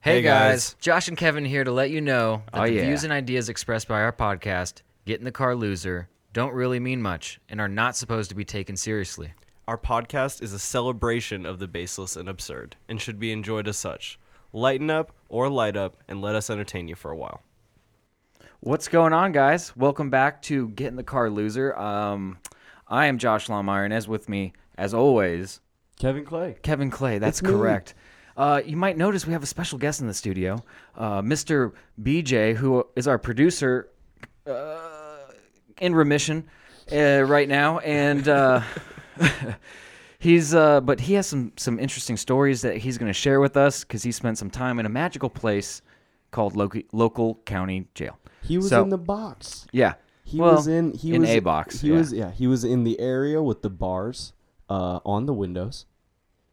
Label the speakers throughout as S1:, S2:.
S1: Hey,
S2: Hey, guys.
S1: guys. Josh and Kevin here to let you know that
S2: Oh,
S1: the
S2: yeah.
S1: views and ideas expressed by our podcast, Get in the Car Loser, don't really mean much and are not supposed to be taken seriously.
S2: Our podcast is a celebration of the baseless and absurd and should be enjoyed as such. Lighten up or light up and let us entertain you for a while.
S3: What's going on, guys? Welcome back to Get in the Car Loser. Um, I am Josh Longmire, and as with me, as always,
S4: Kevin Clay.
S3: Kevin Clay. That's
S4: me.
S3: correct. Uh, you might notice we have a special guest in the studio, uh, Mr. BJ, who is our producer uh, in remission uh, right now, and uh, he's. Uh, but he has some some interesting stories that he's going to share with us because he spent some time in a magical place called local, local county jail.
S4: He was
S3: So-
S4: in the box.
S3: Yeah.
S4: He
S3: Well,
S4: was in he
S3: in
S4: was
S3: a box.
S4: He
S3: yeah.
S4: was yeah, he was in the area with the bars uh, on the windows.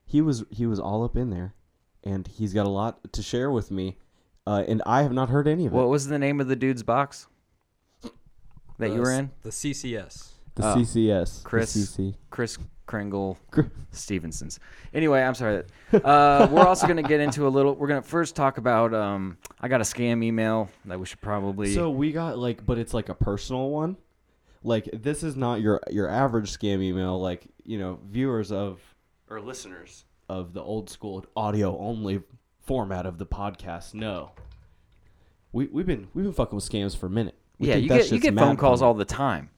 S4: He was he was all up in there and he's got a lot to share with me. Uh, and I have not heard any of it.
S3: What was the name of the dude's box that
S4: Uh,
S3: you were in?
S5: The CCS.
S4: the
S3: uh,
S4: CCS. the
S3: Chris.
S4: CC.
S3: Chris Kringle
S4: Gr-
S3: Stevenson's. Anyway, I'm sorry. Uh, we're also going to get into a little. We're going to first talk about. Um, I got a scam email that we should probably.
S4: So we got like, but it's like a personal one. Like this is not your your average scam email. Like you know, viewers of
S2: Or listeners.
S4: of the old school audio only format of the podcast. No, we we've been we've been fucking with scams for a minute. We
S3: yeah,
S4: think
S3: you
S4: that
S3: get you
S4: shit's
S3: get
S4: mad
S3: phone calls
S4: funny.
S3: all the time,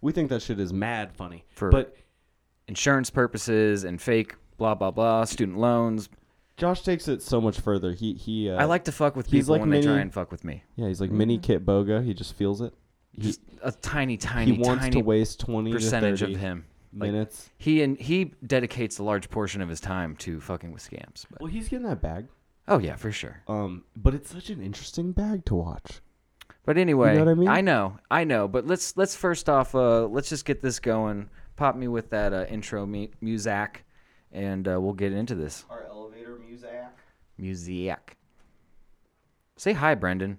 S4: We think that shit is mad funny.
S3: For-
S4: but
S3: insurance purposes and fake blah blah blah student loans.
S4: Josh takes it so much further. He he. Uh,
S3: I like to fuck with
S4: he's
S3: people
S4: like
S3: when they try
S4: mini-
S3: and fuck with me.
S4: Yeah, he's like mini Kit Boga. He just feels it. He,
S3: Just a tiny
S4: he
S3: tiny
S4: wants
S3: tiny
S4: to waste twenty
S3: percentage
S4: to
S3: of
S4: 30
S3: him. Like,
S4: minutes.
S3: he and he dedicates a large portion of his time to fucking with scams. But,
S4: well, he's getting that bag.
S3: oh yeah, for sure.
S4: Um, but it's such an interesting bag to watch.
S3: But anyway,
S4: what I mean?
S3: know, I know. But let's let's first off, uh, let's just get this going. Pop me with that uh, intro mu- music, and uh, we'll get into this
S4: Our elevator music.
S3: music. Say hi, Brendan.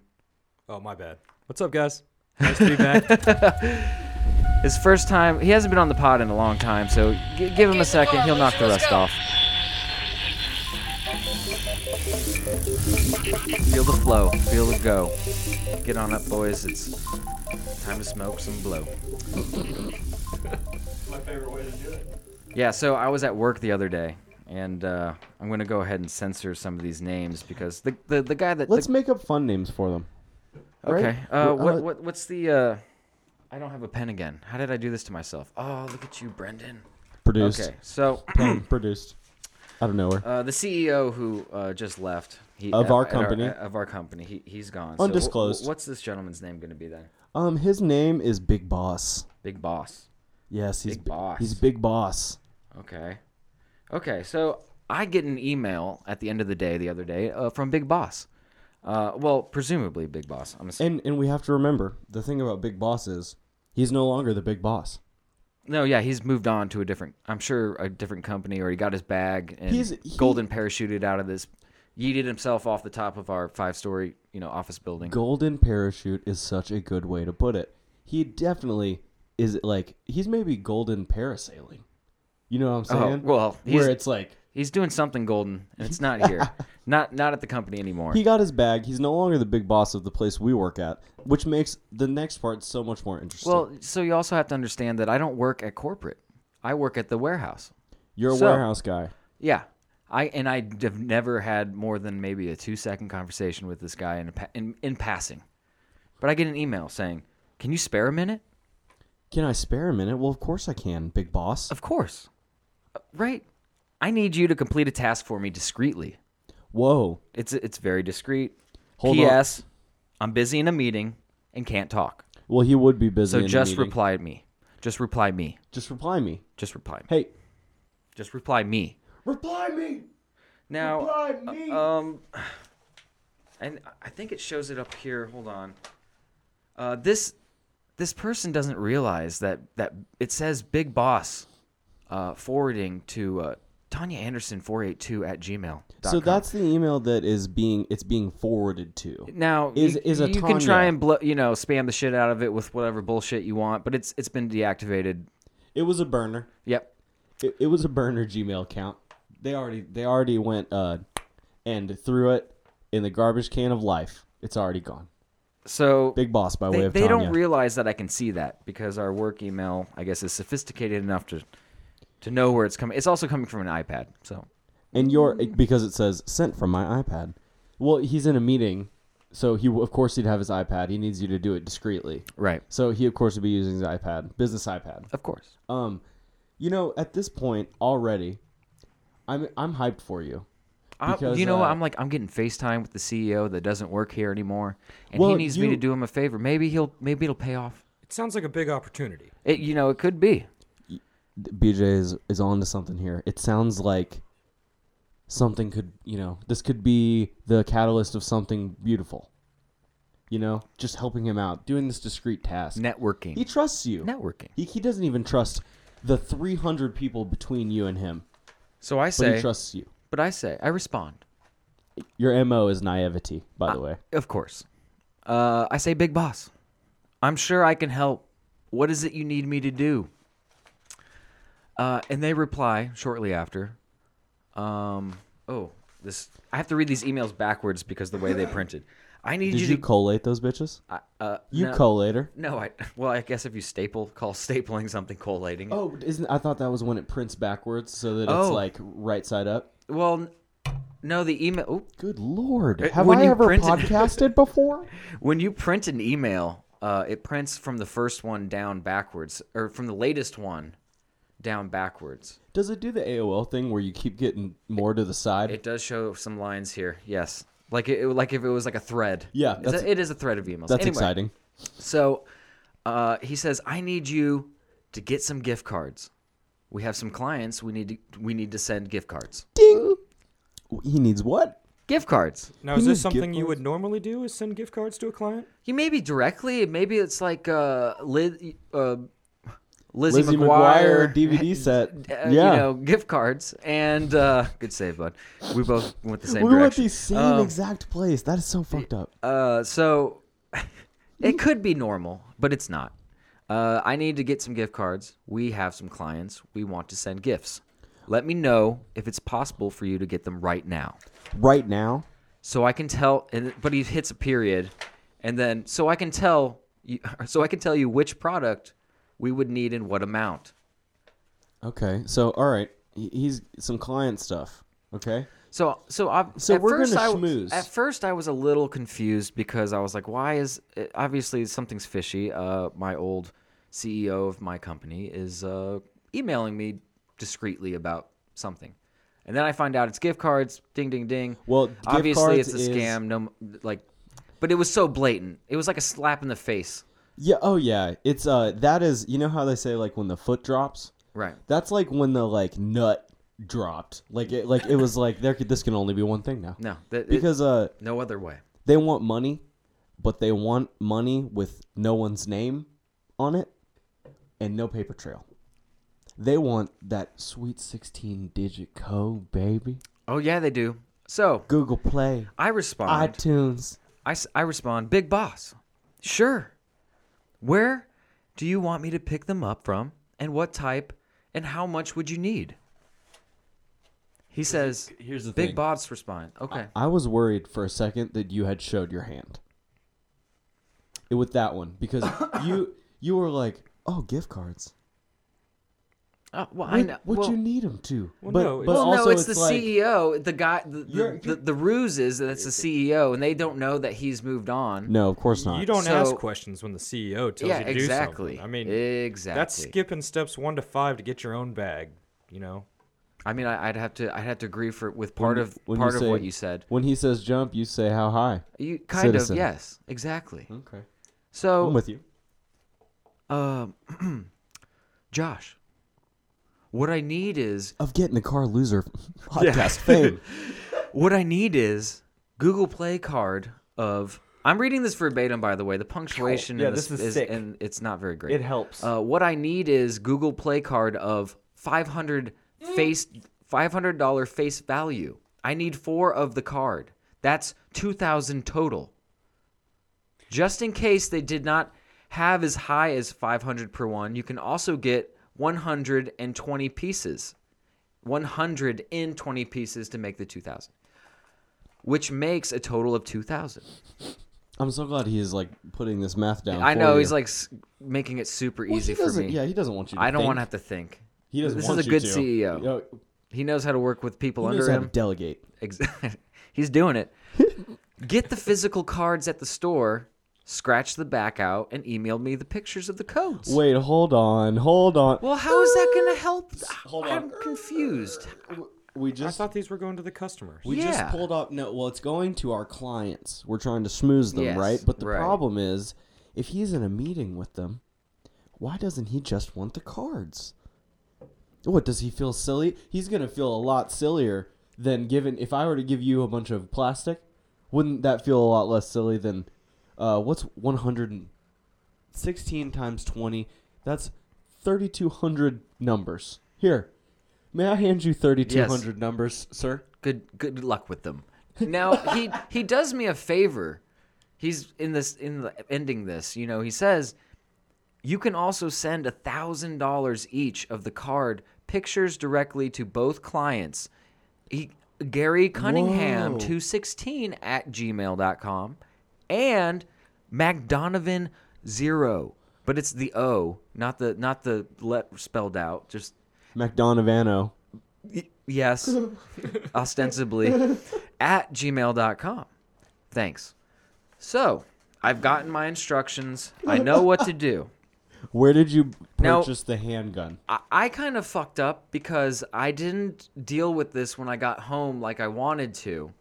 S5: Oh, my bad. What's up, guys? Nice to be back.
S3: His first time. He hasn't been on the pod in a long time, so g- give him a second. He'll knock the rust off. Feel the flow. Feel the go. Get on up, boys. It's time to smoke some blow.
S2: My favorite way to do it.
S3: Yeah, so I was at work the other day, and uh, I'm going to go ahead and censor some of these names because the the, the guy that
S4: Let's
S3: the,
S4: make up fun names for them. right?
S3: okay, uh,
S4: Well,
S3: what,
S4: uh,
S3: what what's the uh, I don't have a pen again. How did I do this to myself? Oh, look at you, Brendan.
S4: Produced.
S3: Okay, so
S4: Boom, produced out of nowhere.
S3: uh, the CEO who uh, just left he,
S4: Of
S3: at-
S4: our
S3: at
S4: company?
S3: of our company, he he's gone. So wh-
S4: Undisclosed.
S3: wh- what's this gentleman's name going to be then?
S4: Um, his name is Big Boss.
S3: Big Boss.
S4: Yes, he's
S3: Big Boss.
S4: He's Big Boss.
S3: Okay. Okay, so I get an email at the end of the day the other day uh, from Big Boss. Uh, well, presumably Big Boss. I'm assuming.
S4: And and we have to remember the thing about Big Boss is he's no longer the Big Boss.
S3: No, yeah, he's moved on to a different. I'm sure a different company, or he got his bag and
S4: He's- he-
S3: golden parachuted out of this, yeeted himself off the top of our five story, you know, office building.
S4: Golden parachute is such a good way to put it. He definitely is like he's maybe golden parasailing. You know what I'm
S3: Oh,
S4: saying?
S3: well, he's-
S4: where it's like
S3: He's doing something golden, and it's not here, not not at the company anymore.
S4: he got his bag. He's no longer the big boss of the place we work at, which makes the next part so much more interesting.
S3: well, so you also have to understand that I don't work at corporate. I work at the warehouse.
S4: you're a
S3: so-
S4: warehouse guy.
S3: Yeah. I and I have never had more than maybe a two second conversation with this guy in, a pa- in in passing, but I get an email saying, "Can you spare a minute?"
S4: Can I spare a minute? Well, of course I can, Big Boss.
S3: Of course, Uh, right? I need you to complete a task for me discreetly.
S4: Whoa.
S3: It's it's very discreet.
S4: Hold on.
S3: P.S. I'm busy in a meeting and can't talk.
S4: Well, he would be busy.
S3: So
S4: in a
S3: just
S4: meeting.
S3: reply me. Just reply me.
S4: Just reply me.
S3: Just reply me.
S4: Hey,
S3: Just reply me.
S4: reply me.
S3: Now,
S4: Reply me.
S3: um, and I think it shows it up here. Hold on. Uh, this this person doesn't realize that that it says Big Boss uh, forwarding to uh, Tanya Anderson four eight two at gmail.
S4: So that's the email that is being it's being forwarded to.
S3: now
S4: is-
S3: you,
S4: is a
S3: you can try
S4: Tanya.
S3: and blow, you know spam the shit out of it with whatever bullshit you want, but it's it's been deactivated.
S4: It was a burner.
S3: Yep.
S4: It, it was a burner Gmail account. They already they already went uh and threw it in the garbage can of life. It's already gone.
S3: So
S4: Big Boss by way
S3: they,
S4: of
S3: they don't
S4: Tanya.
S3: realize that I can see that because our work email, I guess, is sophisticated enough to to know where it's coming. It's also coming from an iPad. So
S4: and your because it says sent from my iPad. Well, he's in a meeting, so he of course he'd have his iPad. He needs you to do it discreetly.
S3: right,
S4: So he of course would be using his iPad, business iPad.
S3: of course.
S4: Um, you know, at this point already, I'm I'm hyped for you.
S3: I,
S4: Because,
S3: you know,
S4: uh,
S3: what? I'm like, I'm getting FaceTime with the CEO that doesn't work here anymore, and he
S4: Well,
S3: needs me
S4: you-
S3: to do him a favor. Maybe he'll, maybe it'll pay off.
S5: It sounds like a big opportunity.
S3: It, you know, it could be.
S4: BJ is is on to something here. It sounds like something could you know this could be the catalyst of something beautiful. You know, just helping him out, doing this discreet task.
S3: Networking.
S4: He trusts you.
S3: Networking.
S4: He, he doesn't even trust the 300 people between you and him,
S6: So I
S4: but
S6: say,
S4: he trusts you.
S3: But I say, I respond.
S4: Your MO is naivety, by the way.
S3: Of course. Uh, I say, Big Boss, I'm sure I can help. What is it you need me to do? Uh, and they reply shortly after. Um, oh, this. I have to read these emails backwards because the way they printed. I need
S4: Did
S3: you
S4: you,
S3: to.
S4: collate those bitches?
S3: I- uh,
S4: You
S3: no,
S4: collator.
S3: No, I. Well, I guess if you staple, call stapling something collating. it.
S4: Oh, isn't I thought that was when it prints backwards so that it's
S3: Oh.
S4: like right side up.
S3: Well, n- no, the email. oop.
S4: Good lord.
S3: Uh,
S4: Have
S3: when
S4: I
S3: you
S4: ever
S3: print it-
S4: podcasted before?
S3: When you print an email, uh, it prints from the first one down backwards, or from the latest one down backwards.
S4: Does it do the AOL thing where you keep getting more to the side?
S3: It does show some lines here. Yes, like it, it- like if it was like a thread.
S4: Yeah,
S3: Is
S4: that's-
S3: it- it is a thread of emails.
S4: That's
S3: Anyway,
S4: exciting.
S3: So uh, he says, "I need you to get some gift cards. We have some clients. We need to, we need to send gift cards.
S4: Ding. He needs what?
S3: Gift cards.
S5: Now,
S4: Who
S5: is
S4: needs
S5: this
S4: gift
S5: something you
S4: cards?
S5: would normally do? Is send gift cards to a client?
S3: You maybe directly. Maybe it's like uh, Liz, uh, Lizzie,
S4: Lizzie
S3: McGuire,
S4: McGuire DVD set.
S3: uh,
S4: yeah.
S3: you know, gift cards and uh, good save, bud. We both went the same
S4: we were at
S3: direction. Um,
S4: the same exact place. That is so fucked up.
S3: Uh, so it could be normal, but it's not. Uh, I need to get some gift cards. We have some clients. We want to send gifts. Let me know if it's possible for you to get them right now,
S4: Right now,
S3: so I can tell. And but he hits a period, and then so I can tell you, so I can tell you which product we would need and what amount.
S4: Okay. So, all right. He- He's some client stuff. Okay.
S3: So, so I.
S4: So
S3: at
S4: we're
S3: 1st
S4: gonna
S3: I, w-
S4: schmooze.
S3: At first, I was a little confused because I was like, "Why is it, obviously something's fishy?" Uh, my old CEO of my company is uh, emailing me discreetly about something, and then I find out it's gift cards. Ding, ding, ding.
S4: Well, gift
S3: obviously it's
S4: cards
S3: a
S4: is-
S3: scam. No, m- like, but it was so blatant. It was like a slap in the face.
S4: Yeah. Oh, yeah. It's uh. That is. You know how they say like when the foot drops.
S3: Right.
S4: That's like when the like nut dropped. Like it. Like it was like there. Could, this can only be one thing now.
S3: No, that, it-
S4: Because uh,
S3: no other way.
S4: they want money, but they want money with no one's name on it, and no paper trail. They want that sweet sixteen-digit code, baby.
S3: Oh yeah, they do. So
S4: Google Play,
S3: I respond.
S4: iTunes.
S3: I, s- I respond, Big Boss, sure. Where do you want me to pick them up from? And what type? And how much would you need? He says,
S4: here's the
S3: Big
S4: thing.
S3: Boss respond. Okay.
S4: I was worried for a second that you had showed your hand. It- with that one because you you were like, "Oh, gift cards.
S3: Uh, well, I
S4: What,
S3: know.
S4: what
S3: well,
S4: you need them to?"
S5: Well,
S4: but
S5: no,
S4: but
S5: it's-
S3: well,
S4: also
S3: no, it's, the E
S4: like,
S3: CEO, the guy, the, the,
S4: You're-
S3: the, the ruse is that it's the CEO, and they don't know that he's moved on.
S4: No, of course not.
S5: You don't
S3: So-
S5: ask questions when the CEO tells
S3: yeah,
S5: you to do
S3: exactly.
S5: something. I mean,
S3: exactly.
S5: that's skipping steps one to five to get your own bag. You know,
S3: I mean, I, I'd have to, I'd have to agree for with part of
S4: When
S3: part of
S4: say-
S3: what you said.
S4: When he says jump, you say how high.
S3: You kind
S4: Citizen. Hmm. Oh
S3: of yes, exactly.
S4: Okay.
S3: So
S4: I'm with you.
S3: Um, Josh, what I need is
S4: Of getting the car loser podcast fame.
S3: what I need is Google Play card of. I'm reading this verbatim, by the way. The punctuation
S4: Yeah,
S3: in this,
S4: this is
S3: is,
S4: sick.
S3: and it's not very great.
S4: It helps.
S3: Uh, what I need is Google Play card of 500
S4: Mm.
S3: face, 500 dollar face value. I need four of the card. That's 2,000 total. Just in case they did not have as high as 500 per one, you can also get 120 pieces. 100 in 20 pieces to make the 2,000. which makes a total of 2,000.
S4: I'm so glad he is like putting this math down.
S3: I
S4: for
S3: know
S4: you.
S3: he's like s- making it super
S4: Well, he
S3: easy for
S4: doesn't-
S3: me.
S4: Yeah, he doesn't want you. to
S3: I don't
S4: think.
S3: want to have to think.
S4: He doesn't.
S3: this is
S4: want
S3: a
S4: you
S3: good
S4: to.
S3: CEO.
S4: You know,
S3: He knows how to work with people
S4: he knows
S3: under
S4: how to
S3: him.
S4: delegate.
S3: Ex- he's doing it. Get the physical cards at the store, scratch the back out, and email me the pictures of the codes.
S4: Wait, hold on, hold on.
S3: Well, how is that going to help?
S4: Hold on.
S3: I'm confused.
S4: we
S5: I
S4: just
S5: thought these were going to the customers.
S4: we just
S3: Yeah.
S4: pulled up. No, well, it's going to our clients. We're trying to schmooze them,
S3: Yes,
S4: right? But the
S3: right.
S4: problem is, if he's in a meeting with them, why doesn't he just want the cards? What does he feel silly? He's gonna feel a lot sillier than given. If I were to give you a bunch of plastic, wouldn't that feel a lot less silly than uh, what's one hundred and sixteen times twenty? That's thirty two hundred numbers. Here, may I hand you thirty two hundred numbers, sir?
S3: Good good luck with them. Now, he he does me a favor. He's in this in the ending this, you know, he says you can also send a thousand dollars each of the card pictures directly to both clients. He, Gary Cunningham
S4: Whoa.
S3: 216 at gmail.com and MacDonovan zero. But it's the O, not the not the let spelled out, just
S4: McDonavano.
S3: Y- yes, ostensibly, at gmail.com. Thanks. So I've gotten my instructions. I know what to do.
S4: Where did you
S3: Now-
S4: purchase the handgun?
S3: I, I kind of fucked up because I didn't deal with this when I got home like I wanted to,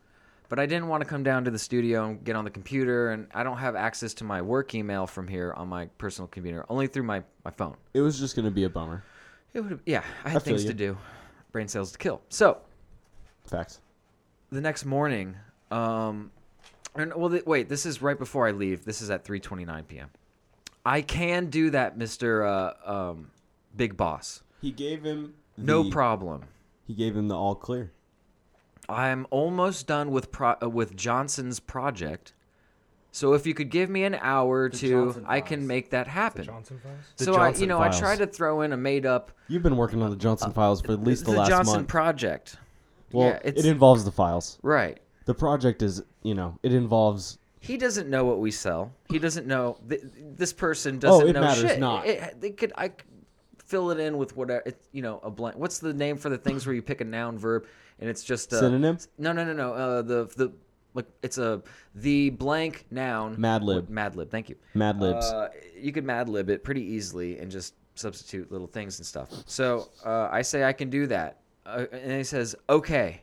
S3: but I didn't want to come down to the studio and get on the computer, and I don't have access to my work email from here on my personal computer, only through my, my phone.
S4: It was just gonna be a bummer.
S3: It would yeah, I had
S4: I feel
S3: things
S4: you.
S3: to do, brain cells to kill. So
S4: Facts.
S3: the next morning um and well th- wait this is right before i leave this is at 3.29 p.m i can do that mr uh, um, big boss
S4: He gave him
S3: no
S4: the-
S3: problem
S4: He gave him the all clear.
S3: i'm almost done with pro- uh, with johnson's project so if you could give me an hour or two
S5: Johnson
S3: i can
S5: files.
S3: make that happen
S5: Johnson Files?
S7: The
S3: so i you
S7: Johnson
S3: know i
S7: files.
S3: tried to throw in a made up
S4: You've been working on the Johnson files for at least the,
S3: Uh, the
S4: last
S3: johnson
S4: month.
S3: project
S4: well,
S3: yeah it's
S4: it involves the files.
S3: right
S4: The project is, you know, it involves.
S3: He doesn't know what we sell. He doesn't know. Th- this person doesn't
S4: Oh, it
S3: know
S4: matters
S3: shit.
S4: not.
S3: It, they could I c- fill it in with whatever. It, you know, a blank. What's the name for the things where you pick a noun verb and it's just a,
S4: Synonym?
S3: No, no, no, no. Uh, the the like it's a the blank noun.
S4: Mad lib.
S3: Mad lib. Thank you.
S4: Mad libs.
S3: Uh, you could Mad Lib it pretty easily and just substitute little things and stuff. So uh, I say I can do that, uh, and he says okay.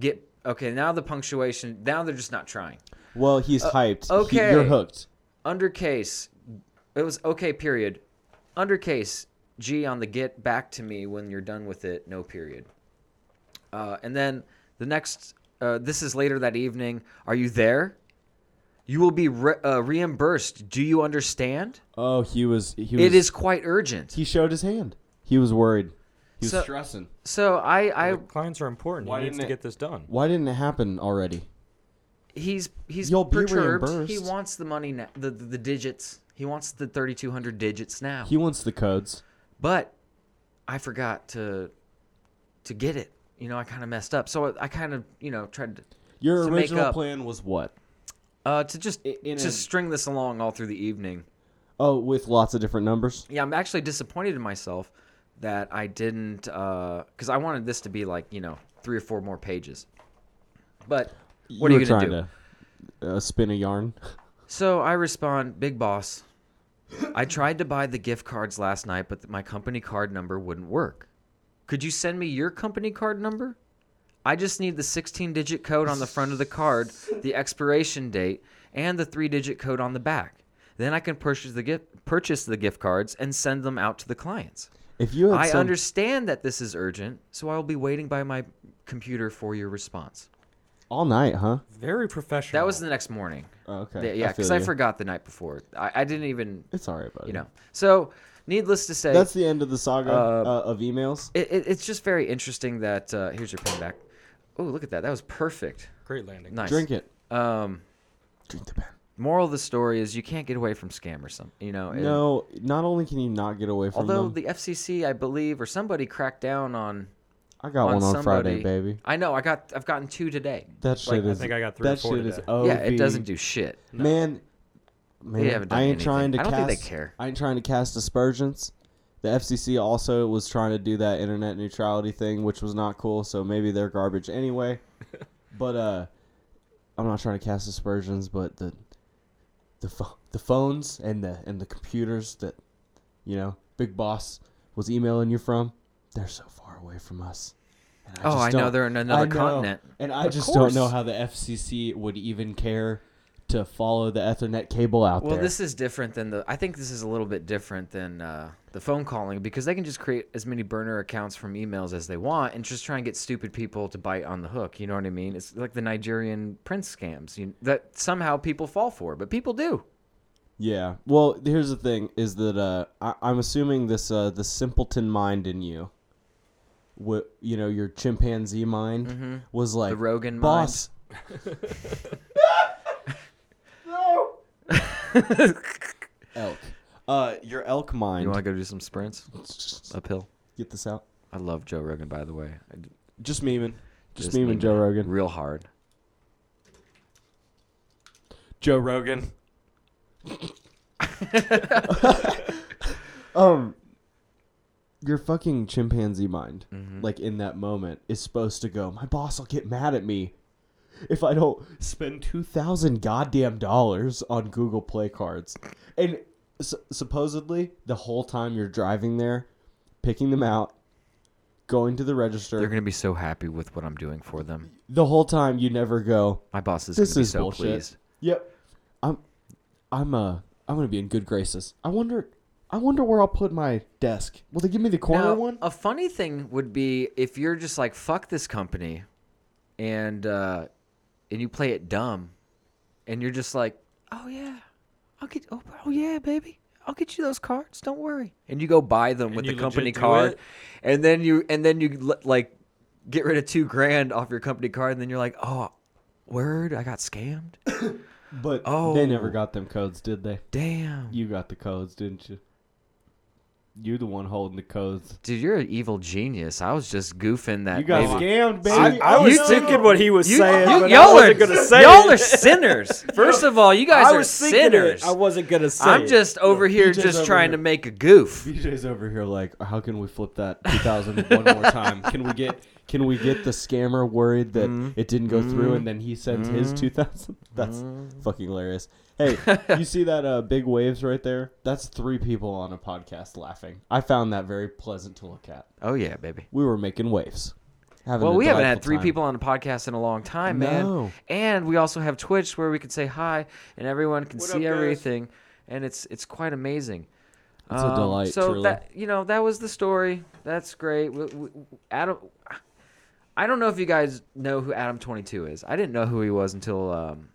S3: Get okay. Now the punctuation. Now they're just not trying
S4: Well, he's hyped. He-
S3: uh, okay.
S4: you're hooked.
S3: undercase it was okay period undercase g on the get back to me when you're done with it no period uh, and then the next uh, this is later that evening are you there you will be re- uh, reimbursed do you understand
S4: Oh, he was. He was.
S3: it is quite urgent
S4: He showed his hand. He was worried. He was
S3: So-
S4: stressing.
S3: so i i
S5: The clients are important.
S7: Why
S5: he needs
S7: didn't
S5: to
S7: it-
S5: get this done.
S4: Why didn't it happen already?
S3: he's he's
S4: You'll be
S3: perturbed he
S4: reimbursed.
S3: wants the money now the, the the digits he wants the 3200 digits now
S4: He wants the codes.
S3: but I forgot to to get it. You know, I kind of messed up. So I, I kind of, you know, tried to
S4: Your
S3: To make
S4: original
S3: up.
S4: plan was what?
S3: uh, to just
S4: I- in
S3: to
S4: a-
S3: string this along all through the evening.
S4: Oh, with lots of different numbers.
S3: Yeah, I'm actually disappointed in myself that I didn't because I wanted this to be like you know three or four more pages. But what
S4: you
S3: are
S4: were
S3: you gonna do?
S4: trying to uh, spin a yarn.
S3: So I respond, Big Boss, I tried to buy the gift cards last night, but my company card number wouldn't work. Could you send me your company card number? I just need the 16 digit code on the front of the card, the expiration date, and the three digit code on the back. Then I can purchase the gift purchase the gift cards and send them out to the clients.
S4: If you had
S3: I
S4: some-
S3: understand that this is urgent, so I will be waiting by my computer for your response.
S4: all night, huh?
S5: Very professional.
S3: That was the next morning.
S4: Oh, okay.
S3: Yeah, yeah,
S4: I feel
S3: because I
S4: you.
S3: forgot the night before. I, I didn't even
S4: It's all right, buddy.
S3: you know. So, needless to say,
S4: That's the end of the saga
S3: Uh,
S4: uh, of emails.
S3: it, it, it's just very interesting that uh, here's your pen back. Oh, look at that! That was perfect.
S5: great landing.
S3: Nice.
S4: Drink it.
S3: Um,
S4: Drink the pen.
S3: moral of the story is you can't get away from scam or something. You know. and-
S4: No, not only can you not get away from
S3: Although
S4: them,
S3: the FCC, I believe, or somebody cracked down on
S4: I got
S3: on
S4: one on Friday,
S3: somebody.
S4: baby.
S3: I know. I got. I've gotten two today.
S4: That shit
S5: Like, I
S4: is.
S5: think I got three or
S4: that
S5: four
S4: shit is
S5: today.
S4: OV.
S3: Yeah, it doesn't do shit.
S4: Man, man,
S3: haven't done
S4: I ain't
S3: anything.
S4: trying to.
S3: I don't
S4: cast,
S3: think they care.
S4: I ain't trying to cast aspersions. The FCC also was trying to do that internet neutrality thing, which was not cool. So maybe they're garbage anyway. but uh, I'm not trying to cast aspersions, but the the pho- the phones and the and the computers that you know Big Boss was emailing you from, they're so far away from us. And
S3: Oh,
S4: just
S3: I know,
S4: don't-
S3: they're in another continent.
S4: and I
S3: Of
S4: just
S3: course.
S4: don't know how the FCC would even care to follow the Ethernet cable out
S3: Well,
S4: there.
S3: this is different than the. I think this is a little bit different than uh, the phone calling because they can just create as many burner accounts from emails as they want and just try and get stupid people to bite on the hook. You know what I mean? It's like the Nigerian prince scams you, that somehow people fall for, but people do.
S4: yeah. Well, here's the thing: is that uh, I, I'm assuming this uh, the simpleton mind in you, what you know, your chimpanzee mind was like
S3: Mm-hmm. Rogan
S4: boss. no. elk. Uh, your elk mind.
S3: You want to go do some sprints uphill?
S4: Get this out.
S3: I love Joe Rogan, by the way. I d-
S4: Just memeing. Just, memeing Joe
S3: it
S4: Rogan.
S3: real hard.
S8: Joe Rogan.
S4: um your fucking chimpanzee mind like in that moment is supposed to go my boss will get mad at me if i don't spend 2000 goddamn dollars on google play cards and s- supposedly the whole time you're driving there picking them out going to the register
S3: They're gonna be so happy with what I'm doing for them.
S4: the whole time you never go
S3: My boss is
S4: this
S3: gonna be
S4: is
S3: so
S4: bullshit.
S3: pleased.
S4: Yep. I'm I'm uh I'm gonna be in good graces. I wonder I wonder where I'll put my desk. Will they give me the corner
S3: Now,
S4: one?
S5: uh,
S3: A funny thing would be if you're just like fuck this company, and uh, and you play it dumb, and you're just like, oh yeah, I'll get oh, oh yeah baby, I'll get you those cards. Don't worry. And you go buy them with
S5: you
S3: the company
S5: legit do
S3: card,
S5: it?
S3: and then you and then you l- like get rid of two grand off your company card, and then you're like, oh, word, I got scammed.
S4: But
S3: Oh.
S4: they never got them codes, did they?
S3: Damn.
S4: You got the codes, didn't you? You're the one holding the codes.
S3: Dude, you're an evil genius. I was just goofing that.
S4: You got
S3: baby.
S4: scammed,
S5: I,
S4: baby.
S5: I was
S3: You-
S5: thinking what he was
S3: You,
S5: saying,
S3: you,
S5: but
S3: y'all
S5: I
S3: are
S5: wasn't gonna say
S3: y'all are
S5: it.
S3: sinners. First of all, you guys
S5: I
S3: are
S5: was thinking it,
S3: sinners.
S5: I wasn't gonna say.
S3: I'm
S5: it.
S3: just over here,
S4: BJ's
S3: just
S4: over
S3: trying
S4: here.
S3: to make a goof.
S4: BJ's over here like, how can we flip that 2000 one more time? Can we get can we get the scammer worried that
S3: Mm-hmm.
S4: it didn't go through and then he sends his 2000? That's
S3: Mm-hmm.
S4: fucking hilarious. Hey, you see that uh, big waves right there? That's three people on a podcast laughing. I found that very pleasant to look at.
S3: Oh yeah, baby.
S4: We were making waves. Having
S3: Well,
S4: a
S3: we haven't had
S4: delightful
S3: three
S4: time.
S3: people on the podcast in a long time,
S4: No.
S3: man. And we also have Twitch where we can say hi and everyone can see everything, and it's it's quite amazing. Um,
S4: It's a delight,
S3: So
S4: truly.
S3: that you know that was the story. That's great. We, we, Adam, I don't know if you guys know who Adam Twenty Two is. I didn't know who he was until um,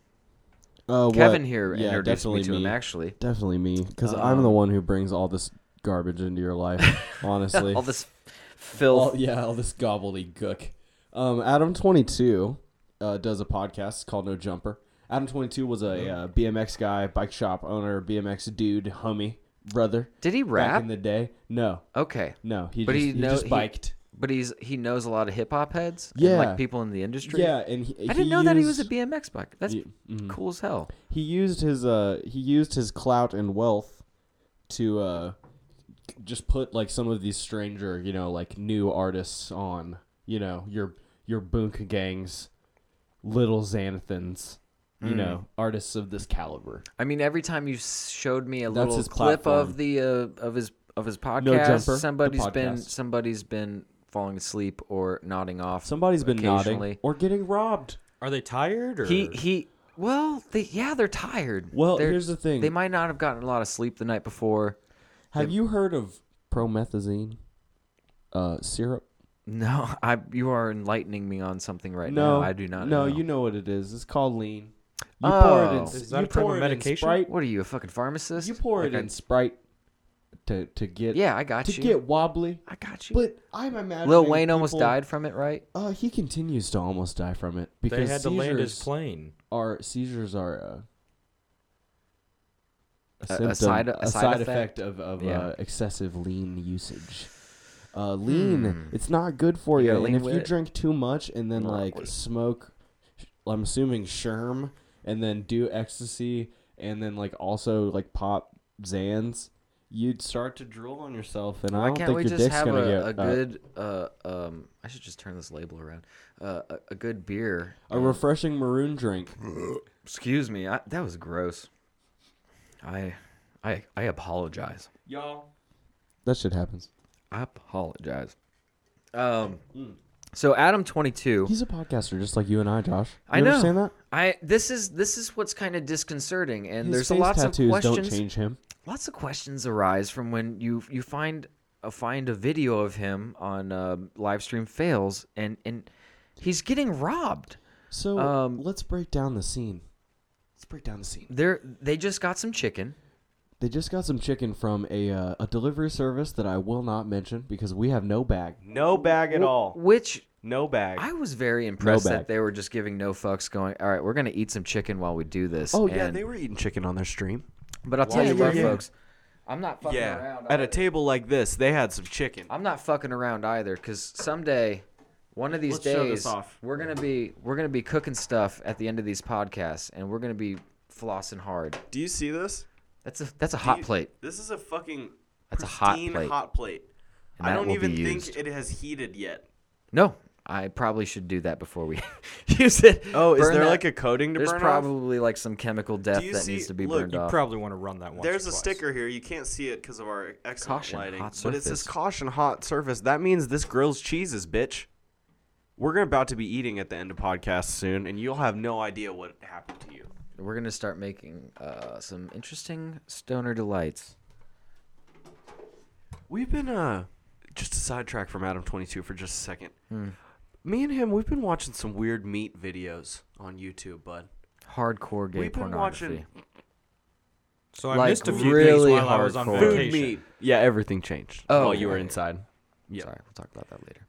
S4: Uh, what-
S3: Kevin here
S4: yeah,
S3: introduced me
S4: definitely
S3: to him. Actually, Um,
S4: Definitely me, because I'm the one who brings all this garbage into your life, honestly.
S3: all this filth.
S4: All, yeah, all this gobbledygook. Um, Adam twenty two uh, does a podcast it's called No Jumper. Adam twenty two was a
S3: Mm.
S4: uh, BMX guy, bike shop owner, BMX dude, homie, brother.
S3: Did he
S4: Back
S3: rap?
S4: in the day, no,
S3: okay,
S4: no, he
S3: But
S4: just
S3: he
S4: he,
S3: know-
S4: just
S3: he-
S4: biked.
S3: but he's he knows a lot of hip hop heads. and
S4: Yeah.
S3: like people in the industry.
S4: yeah, and he,
S3: I didn't know that he was a BMX bike. That's
S4: Yeah, mhm.
S3: cool as hell.
S4: He used his uh he used his clout and wealth to uh just put like some of these stranger, you know, like new artists on, you know, your your Boonka gangs, little Xanathans, you
S3: Hmm.
S4: know, artists of this caliber.
S3: I mean, every time you s- showed me a
S4: That's
S3: little
S4: his
S3: clip
S4: platform.
S3: of the uh, of his of his podcast,
S4: Jumper, the
S3: somebody's been
S4: podcast.
S3: somebody's been falling asleep or nodding off.
S4: Somebody's been nodding
S3: occasionally.
S4: or getting robbed.
S5: Are they tired? Or
S3: He he. Well, they, yeah, they're tired.
S4: Well,
S3: They're-
S4: here's the thing.
S3: They might not have gotten a lot of sleep the night before.
S4: Have you heard of promethazine uh syrup?
S3: No, I you are enlightening me on something right now. I do not.
S4: No,
S3: know.
S4: you know what it is. It's called lean. You
S3: Oh.
S5: Is that
S4: you
S5: a type of
S4: pour it in
S5: medication?
S4: Sprite.
S3: What are you, a fucking pharmacist?
S4: You pour it
S3: Like
S4: in
S3: I-
S4: Sprite to to get
S3: yeah, I got
S4: to
S3: you.
S4: get wobbly.
S3: I got you.
S4: But I'm imagining
S3: Lil Wayne almost
S4: people-
S3: died from it, right?
S4: Uh, he continues to almost die from it
S5: they
S4: because
S5: had to
S4: seizures
S5: land his plane.
S4: are seizures are uh, a,
S3: a
S4: symptom,
S3: side- a side effect?
S4: effect, of of
S3: Yeah.
S4: uh, excessive lean usage.
S9: Uh, lean, it's not good for you.
S3: Hmm. gotta
S9: And
S3: lean
S9: if
S3: with
S9: you
S3: it.
S9: drink too much and then like smoke, I'm assuming sherm, and then do ecstasy, and then like also like pop Zans, you'd start to drool on yourself, and I
S3: Why
S9: don't
S3: can't
S9: think
S3: we
S9: your
S3: just
S9: dick's
S3: have
S9: gonna
S3: a,
S9: get
S3: a
S9: uh,
S3: good? Uh, um, I should just turn this label around. Uh, a, a good beer.
S9: a refreshing maroon drink.
S3: Excuse me. I, that was gross. I, I, I apologize.
S9: That shit happens.
S3: I apologize. Um,
S9: Hmm.
S3: so Adam twenty two.
S9: He's a podcaster, just like you and I, Josh. You
S3: I know.
S9: Understand that?
S3: I this is this is what's kind of disconcerting, and
S9: His
S3: there's
S9: face
S3: lots of
S9: tattoos
S3: questions.
S9: don't change him.
S3: Lots of questions arise from when you you find a find a video of him on uh, live stream fails, and and he's getting robbed.
S9: So
S3: Um,
S9: let's break down the scene. Let's break down the scene.
S3: They're they just got some chicken.
S9: They just got some chicken from a uh, a delivery service that I will not mention because we have no bag.
S4: No bag at all.
S3: Which
S4: No bag.
S3: I was very impressed
S9: bag.
S3: that they were just giving no fucks, going, "All right, we're gonna eat some chicken while we do this."
S9: Oh,
S3: and-
S4: were eating chicken on their stream.
S3: But I'll tell
S9: Yeah,
S3: you
S9: yeah,
S3: what,
S9: yeah.
S3: folks, I'm not fucking
S4: Yeah,
S3: around.
S4: at a
S3: either.
S4: table like this, they had some chicken.
S3: I'm not fucking around either, because someday, one of these
S4: Let's
S3: days,
S4: show this off.
S3: we're gonna be we're gonna be cooking stuff at the end of these podcasts, and we're gonna be flossing hard.
S4: Do you see this?
S3: That's a that's a hot
S4: You-
S3: plate.
S4: This is a fucking
S3: That's a hot
S4: pristine
S3: plate.
S4: hot plate.
S3: And
S4: I
S3: that
S4: don't
S3: will
S4: even
S3: be
S4: think
S3: used.
S4: it has heated yet.
S3: No, I probably should do that before we use it.
S4: Oh, is
S3: Burn
S4: there
S3: that-
S4: like a coating to
S3: There's
S4: burn off?
S3: probably like some chemical death
S4: you
S3: that
S4: see-
S3: needs to be
S4: look,
S3: burned
S5: You
S3: off.
S5: probably want to run that one.
S4: There's a sticker here. You can't see it because of our excellent
S3: Caution,
S4: lighting,
S3: hot
S4: but it says
S3: surface.
S4: caution hot surface. That means this grills cheeses, bitch. We're gonna about to be eating at the end of podcast soon, and you'll have no idea what happened to you.
S3: We're gonna start making uh, some interesting stoner delights.
S4: We've been uh just a sidetrack from Adam twenty two for just a second. Me and him, we've been watching some weird meat videos on YouTube, bud.
S3: Hardcore gay
S4: We've been
S3: pornography.
S4: watching
S5: So I
S3: Like,
S5: missed a few
S3: really
S5: things while I was on
S3: hardcore.
S4: food
S5: vacation.
S4: meat. Yeah, everything changed
S3: Oh,
S4: while you were
S3: right.
S4: inside. Yeah.
S3: Sorry, we'll talk about that later.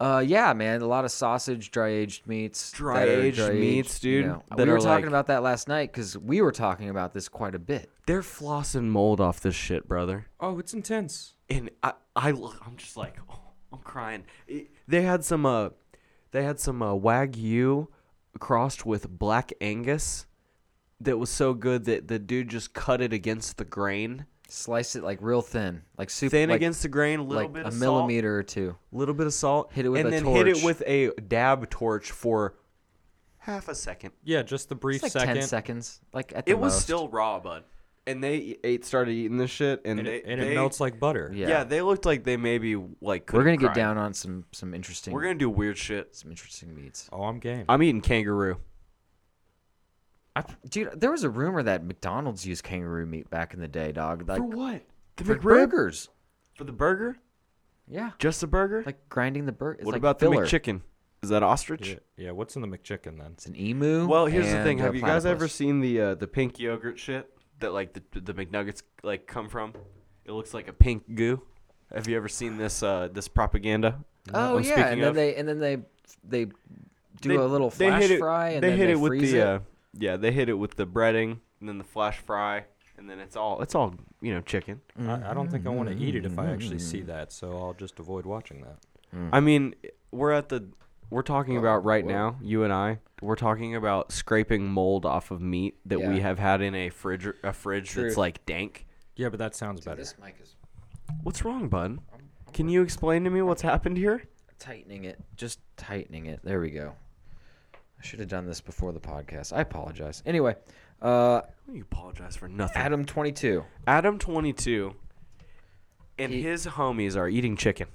S3: Uh, yeah, man, a lot of sausage, dry aged meats, that are
S4: Dry-aged
S3: dry-aged,
S4: meats, dude,
S3: You know.
S4: that
S3: we were
S4: are
S3: talking
S4: like-
S3: about that last night because we were talking about this quite a bit.
S4: They're flossing mold off this shit, brother.
S5: Oh, it's intense.
S4: And I, I look, I'm just like, oh, I'm crying. It- they had some, uh, they had some uh, wagyu crossed with black Angus that was so good that the dude just cut it against the grain,
S3: Sliced it like real thin, like super
S4: thin
S3: like,
S4: against the grain, a little
S3: like
S4: bit
S3: a
S4: of
S3: millimeter or two.
S4: salt, little bit of salt,
S3: Hit it with
S4: and
S3: a
S4: then hit it
S3: torch.
S4: with a dab torch for half a second.
S5: Yeah, just the brief
S3: It's like
S5: second.
S3: ten seconds, like at the
S4: It was
S3: most.
S4: still raw, bud. And they ate, started eating this shit, and,
S5: And,
S4: they,
S5: it, and
S4: they-
S5: it melts like butter.
S3: Yeah.
S4: Yeah. they looked like they maybe like.
S3: We're gonna
S4: couldn't
S3: get
S4: cry.
S3: down on some some interesting
S4: We're gonna do weird shit.
S3: some interesting meats.
S5: Oh, I'm game.
S4: I'm eating kangaroo.
S3: I, dude, there was a rumor that McDonald's used kangaroo meat back in the day, dog. Like
S4: what? The
S3: for
S4: McRib?
S3: burgers.
S4: For the burger?
S3: Yeah,
S4: Just the burger?
S3: like grinding the burger.
S4: what about
S3: filler.
S4: the McChicken? Is that ostrich?
S5: Yeah, yeah, what's in the McChicken then?
S3: It's an emu.
S4: Well, here's the
S3: and uh,
S4: thing.
S3: a
S4: Have you guys ever
S3: platypus.
S4: seen the uh, the pink yogurt shit that like the the McNuggets like come from? It looks like a pink goo. Have you ever seen this uh, this propaganda?
S3: Oh
S4: I'm
S3: yeah,
S4: speaking
S3: and then
S4: of?
S3: they and then they they do
S4: They-
S3: a little
S4: they
S3: flash
S4: hit it-
S3: fry and
S4: they
S3: then
S4: hit
S3: they
S4: it with
S3: freeze
S4: the
S3: it.
S4: Uh, yeah they hit it with the breading and then the flash fry and then it's all it's all you know chicken
S5: I, I don't think I want to eat it if I actually see that, so I'll just avoid watching that.
S4: i mean we're at the we're talking about right
S3: whoa.
S4: now you and i we're talking about scraping mold off of meat that we
S3: Yeah.
S4: have had in a fridge a fridge
S3: True.
S4: that's like dank
S5: Yeah, but that sounds better.
S3: This mic is
S4: what's wrong bud can you explain to me what's happened here
S3: tightening it, just tightening it. There we go. I should have done this before the podcast. I apologize. Anyway, uh,
S4: you apologize for nothing adam,
S3: Adam twenty two.
S4: 22 and
S3: He-
S4: his homies are eating chicken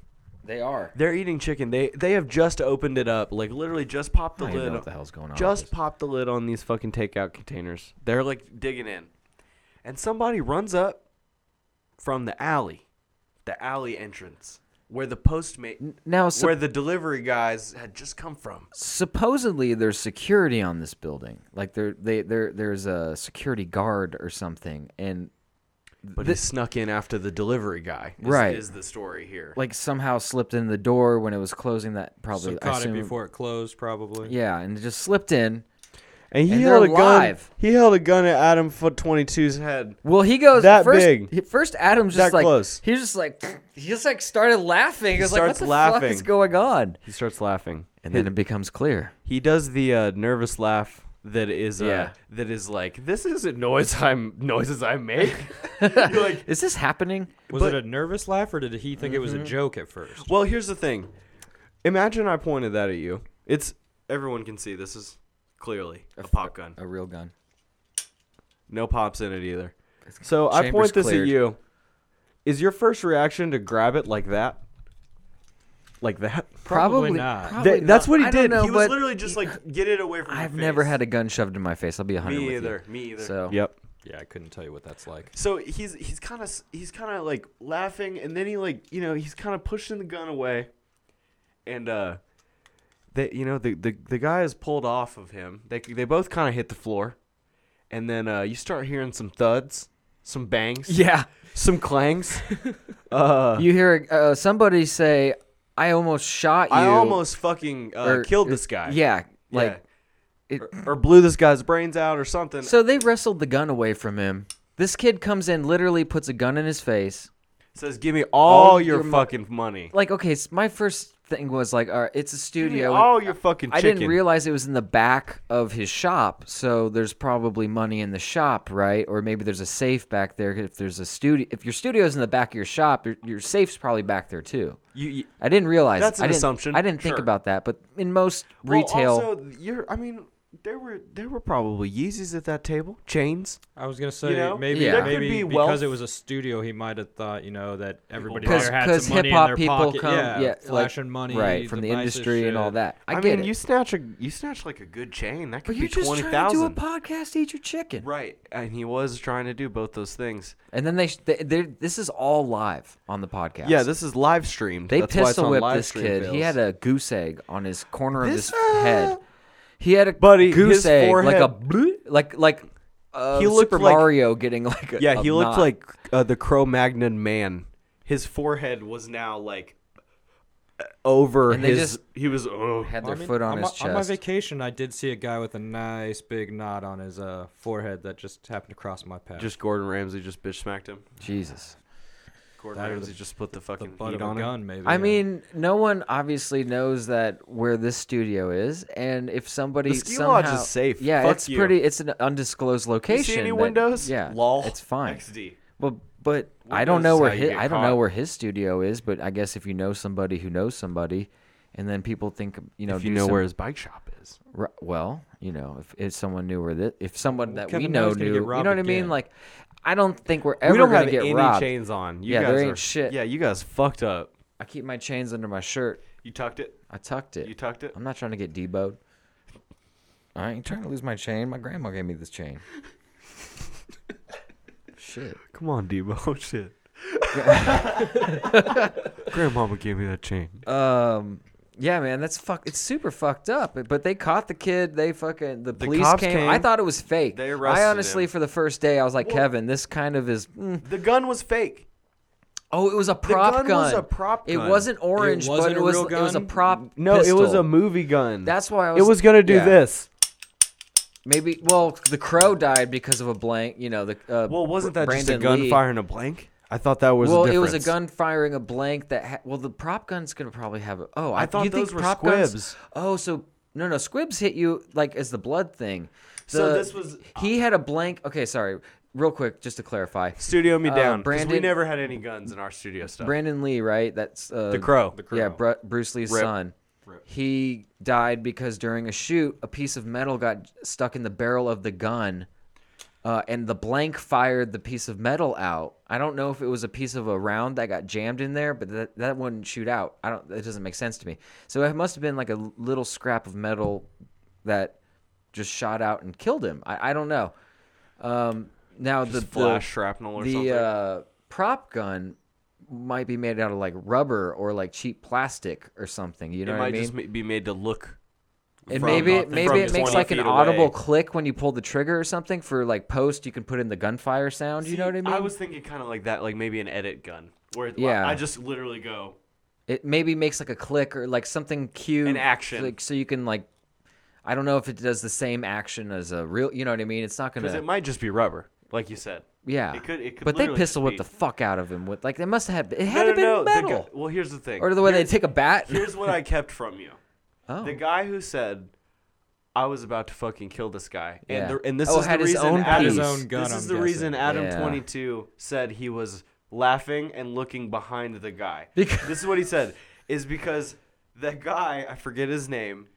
S3: They are.
S4: They're eating chicken. They they have just opened it up, like literally just popped the
S3: I don't even
S4: lid.
S3: know what the hell's going on.
S4: just
S3: with this.
S4: popped the lid on these fucking takeout containers. They're like digging in, and somebody runs up from the alley, the alley entrance where the postmate,
S3: now, sup-
S4: where the delivery guys had just come from.
S3: supposedly there's security on this building. Like there, they, there, there's a security guard or something, and
S4: But he snuck in after the delivery guy. Is,
S3: Right.
S4: is the story here?
S3: like somehow slipped in the door when it was closing. That probably
S5: so
S3: I
S5: caught it
S3: assume-
S5: before it closed, probably.
S3: Yeah, and it just slipped in.
S4: And he
S3: And
S4: held
S3: they're
S4: a gun.
S3: alive.
S4: He held a gun at Adam Foot 22's head.
S3: Well, he goes
S4: That
S3: first,
S4: big.
S3: he- First, Adam's just
S4: That
S3: like
S4: close.
S3: he was just like he just like started laughing. He was like, "What
S4: starts
S3: the fuck is
S4: laughing.
S3: going on?"
S4: He starts laughing.
S3: And then it becomes clear.
S4: He does the uh, nervous laugh that is uh,
S3: Yeah.
S4: that is like this isn't noise I'm noises I make. You're like,
S3: Is this happening?
S5: Was it a nervous laugh or did he think it was
S4: Mm-hmm.
S5: a joke at first?
S4: well, here's the thing. Imagine I pointed that at you. It's everyone can see this is clearly a pop gun.
S3: A real gun.
S4: No pops in it either. So I
S3: Chambers
S4: point this
S3: cleared.
S4: at you. Is your first reaction to grab it like that? Like that?
S3: Probably,
S5: not.
S3: probably
S4: Th- that's
S3: not.
S4: what he
S3: I don't
S4: did.
S3: know,
S4: he was
S3: but
S4: literally just like, get it away from my
S3: I've never
S4: face."
S3: had a gun shoved in my face. I'll be hundred.
S4: Me
S3: with
S4: either.
S3: You.
S4: Me either.
S3: So
S4: Yep.
S5: Yeah, I couldn't tell you what that's like.
S4: So he's he's kind of he's kind of like laughing, and then he like you know he's kind of pushing the gun away, and uh, they you know the the, the guy is pulled off of him. They they both kind of hit the floor, and then uh, you start hearing some thuds, some bangs,
S3: yeah,
S4: some clangs. uh,
S3: you hear uh, somebody say, "I almost shot you."
S4: I almost fucking uh,
S3: or-
S4: killed this guy.
S3: Yeah,
S4: Yeah.
S3: like it-
S4: or, or blew this guy's brains out or something.
S3: so they wrestled the gun away from him. This kid comes in, literally puts a gun in his face.
S4: Says, give me all,
S3: All
S4: your,
S3: your mo-
S4: fucking money.
S3: Like, okay, s my first thing was like, all right, it's a
S4: Give me
S3: studio.
S4: all your fucking
S3: I
S4: chicken.
S3: didn't realize it was in the back of his shop, so there's probably money in the shop, right? Or maybe there's a safe back there. If there's a studio, if your studio's in the back of your shop, your, your safe's probably back there too.
S4: You- you,
S3: I didn't realize.
S4: That's an
S3: I didn't,
S4: assumption,
S3: I didn't think
S4: sure.
S3: about that, but in most
S4: Well,
S3: retail,
S4: also, you're. I mean, there were there were probably Yeezys at that table, chains.
S5: I was gonna say
S4: know,
S5: maybe
S3: Yeah. there could
S5: maybe
S4: be
S5: because
S4: wealth.
S5: it was a studio, he might have thought you know that everybody
S3: Because-
S5: there had
S3: because
S5: some money in
S3: hip-hop
S5: their
S3: people
S5: pocket,
S3: come-
S5: yeah,
S3: yeah, like-
S5: flashing money,
S3: right from the,
S5: nicest
S3: industry and all
S5: shit.
S3: that. I,
S4: I,
S3: get
S4: mean,
S3: it.
S4: you snatch a you snatch like a good chain that could
S3: but
S4: be
S3: you're just
S4: twenty
S3: trying to do a
S4: thousand.
S3: podcast, eat your chicken,
S4: Right, and he was trying to do both those things.
S3: and then they, sh- they they this is all live on the podcast.
S4: Yeah, this is live streamed.
S3: They
S4: That's why it's
S3: pistol
S4: on
S3: whipped
S4: live
S3: this
S4: stream,
S3: kid. He
S4: Bills.
S3: had a goose egg on his corner
S4: This-
S3: of his head. He had a
S4: Buddy,
S3: goose
S4: his
S3: egg,
S4: forehead-
S3: like a bleh, like like uh,
S4: He looked
S3: Super
S4: like-
S3: Mario getting like a,
S4: Yeah, he
S3: a
S4: looked
S3: knot.
S4: like uh, the Cro-Magnon man. His forehead was now like uh, over
S3: And they
S4: his.
S3: just-
S4: he was. Oh.
S3: had
S5: Well,
S3: their
S5: I mean,
S3: foot on
S5: on
S3: his
S5: my, On my
S3: chest.
S5: vacation, I did see a guy with a nice big knot on his uh, forehead that just happened to cross my path.
S4: Just Gordon Ramsay just bitch smacked him.
S3: Jesus.
S4: Gordon
S5: That or
S4: Ramsay just put the
S5: the
S4: fucking
S5: butt
S4: heat
S5: of a
S4: on him.
S5: gun, maybe.
S3: I
S5: yeah.
S3: mean, no one obviously knows that where this studio is, and if somebody
S4: The ski
S3: somehow,
S4: lodge is safe.
S3: yeah,
S4: Fuck
S3: it's
S4: you.
S3: pretty. It's an undisclosed
S4: You
S3: location.
S4: see any
S3: that-
S4: windows?
S3: Yeah,
S4: Lol.
S3: it's fine.
S4: XD.
S3: Well, but I don't
S4: knows
S3: know
S4: is
S3: where
S4: how you
S3: his,
S4: get
S3: I don't know
S4: caught.
S3: where his studio is, but I guess if you know somebody who knows somebody, and then people think you know
S4: if you
S3: do
S4: know
S3: some-
S4: where his bike shop is.
S3: Ri- well, you know, if, if someone knew where this, if someone that we
S5: Kevin
S3: know
S5: Ma's gonna
S3: knew,
S5: get
S3: you know
S5: robbed
S3: what I mean?
S5: again.
S3: Like, I don't think we're ever gonna get robbed.
S4: on.
S3: You Yeah, guys there ain't are- shit.
S4: Yeah, you guys fucked up.
S3: I keep my chains under my shirt.
S4: You tucked it.
S3: I tucked it.
S4: You tucked it.
S3: I'm not trying to get deboed. I ain't trying to lose my chain. My grandma gave me this chain. Shit.
S4: Come on, Debo. Oh shit. Grandmama gave me that chain.
S3: Um. Yeah, man, that's fuck. It's super fucked up. But they caught the kid. They fucking the police
S4: cops
S3: came.
S4: came.
S3: I thought it was fake.
S4: They arrested
S3: I honestly,
S4: him.
S3: for the first day, I was like, Kevin, this kind of is. mm.
S4: The gun was fake.
S3: Oh, it was a prop
S4: gun was a prop
S3: It
S4: gun.
S3: wasn't orange,
S5: wasn't
S3: but it
S5: a
S3: was
S5: real
S3: it was a
S5: gun?
S3: prop.
S4: No, it was
S3: pistol.
S4: a movie gun.
S3: That's why I
S4: it
S3: was.
S4: was gonna do
S3: yeah.
S4: this.
S3: Maybe. Well, the crow died because of a blank. You know, the uh,
S4: Well, wasn't
S3: Br-
S4: that just a
S3: Brandon
S4: gun
S3: Lee.
S4: firing a blank? I thought that was.
S3: well,
S4: a
S3: it was a
S4: difference.
S3: gun firing a blank that. Ha- well, the prop gun's gonna probably have. A- oh, I,
S4: I thought
S3: you
S4: those
S3: think
S4: were
S3: prop
S4: squibs.
S3: Guns- oh, so no, no, squibs hit you like as the blood thing.
S4: So
S3: The-
S4: this was-
S3: He had a blank. Okay, sorry. Real quick, just to clarify,
S4: Studio me
S3: Uh,
S4: down. 'cause we
S3: Brandon-
S4: never had any guns in our studio stuff.
S3: Brandon Lee, right? That's uh,
S4: the Crow.
S3: Yeah, Bru- Bruce Lee's
S4: Rip.
S3: son. He died because during a shoot, a piece of metal got stuck in the barrel of the gun, uh, and the blank fired the piece of metal out. I don't know if it was a piece of a round that got jammed in there, but that that wouldn't shoot out. I don't. That doesn't make sense to me. So it must have been like a little scrap of metal that just shot out and killed him. I, I don't know. Um, now the
S4: Just
S3: the-
S4: flash shrapnel or
S3: the
S4: something.
S3: uh, prop gun might be made out of like rubber or like cheap plastic or something. You know
S4: it
S3: what I
S4: might
S3: mean?
S4: just ma- be made to look.
S3: and
S4: from
S3: maybe it,
S4: nothing.
S3: maybe
S4: From
S3: it makes
S4: 20
S3: like an
S4: feet
S3: audible
S4: away.
S3: click when you pull the trigger or something for like post. You can put in the gunfire sound. you know what I mean?
S4: I was thinking kind of like that, like maybe an edit gun, where it-
S3: Yeah.
S4: I just literally go.
S3: it maybe makes like a click or like something cue
S4: An action.
S3: like so you can like. I don't know if it does the same action as a real. You know what I mean? It's not gonna.
S4: Because it might just be rubber, like you said.
S3: yeah.
S4: it could- it could
S3: but they
S4: literally
S3: pistol
S4: just
S3: whipped the
S4: be-
S3: fuck out of him with like they must have. It
S4: No,
S3: had to
S4: no,
S3: been
S4: no, the guy-
S3: metal.
S4: well, here's the thing.
S3: or the way they
S4: Here's-
S3: take a bat.
S4: Here's what I kept from you.
S3: oh.
S4: The guy who said, "I was about to fucking kill this guy,"
S3: Yeah.
S4: and, the, and this
S3: Oh,
S4: is
S3: had
S4: the
S3: his
S4: reason
S3: own
S4: Adam,
S3: Had his
S5: own gun,
S4: This is
S5: I'm
S4: the
S5: guessing.
S4: reason Adam
S3: Yeah.
S4: Twenty Two said he was laughing and looking behind the guy.
S3: Because-
S4: this is what he said is because the guy I forget his name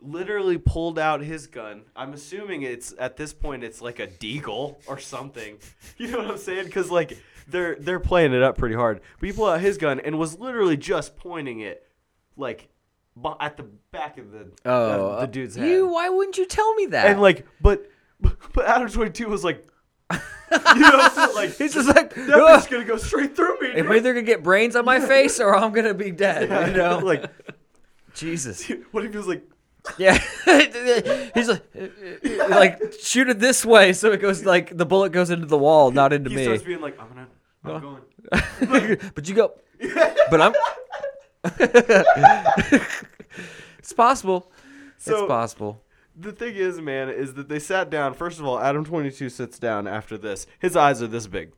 S4: literally pulled out his gun. I'm assuming it's at this point it's like a deagle or something. You know what I'm saying? Because like they're they're playing it up pretty hard. But he pulled out his gun and was literally just pointing it like bu- at the back of the
S3: Oh,
S4: of
S3: uh,
S4: the dude's head.
S3: You? Why wouldn't you tell me that?
S4: and like, but but Adam Twenty Two was like, you know, what I'm saying? like
S3: he's just like,
S4: that bitch's gonna go straight through me.
S3: I'm
S4: dude."
S3: either gonna get brains on my face or I'm gonna be dead.
S4: Yeah,
S3: you know,
S4: like
S3: Jesus.
S4: what if he was like,
S3: Yeah, he's like, uh, uh, like shoot it this way so it goes like the bullet goes into the wall, not into
S4: he
S3: me.
S4: starts being like, I'm gonna, I'm going.
S3: but you go. But I'm. it's possible.
S4: So-
S3: it's possible.
S4: The thing is, man, is that they sat down. First of all, Adam Twenty Two sits down after this. His eyes are this big.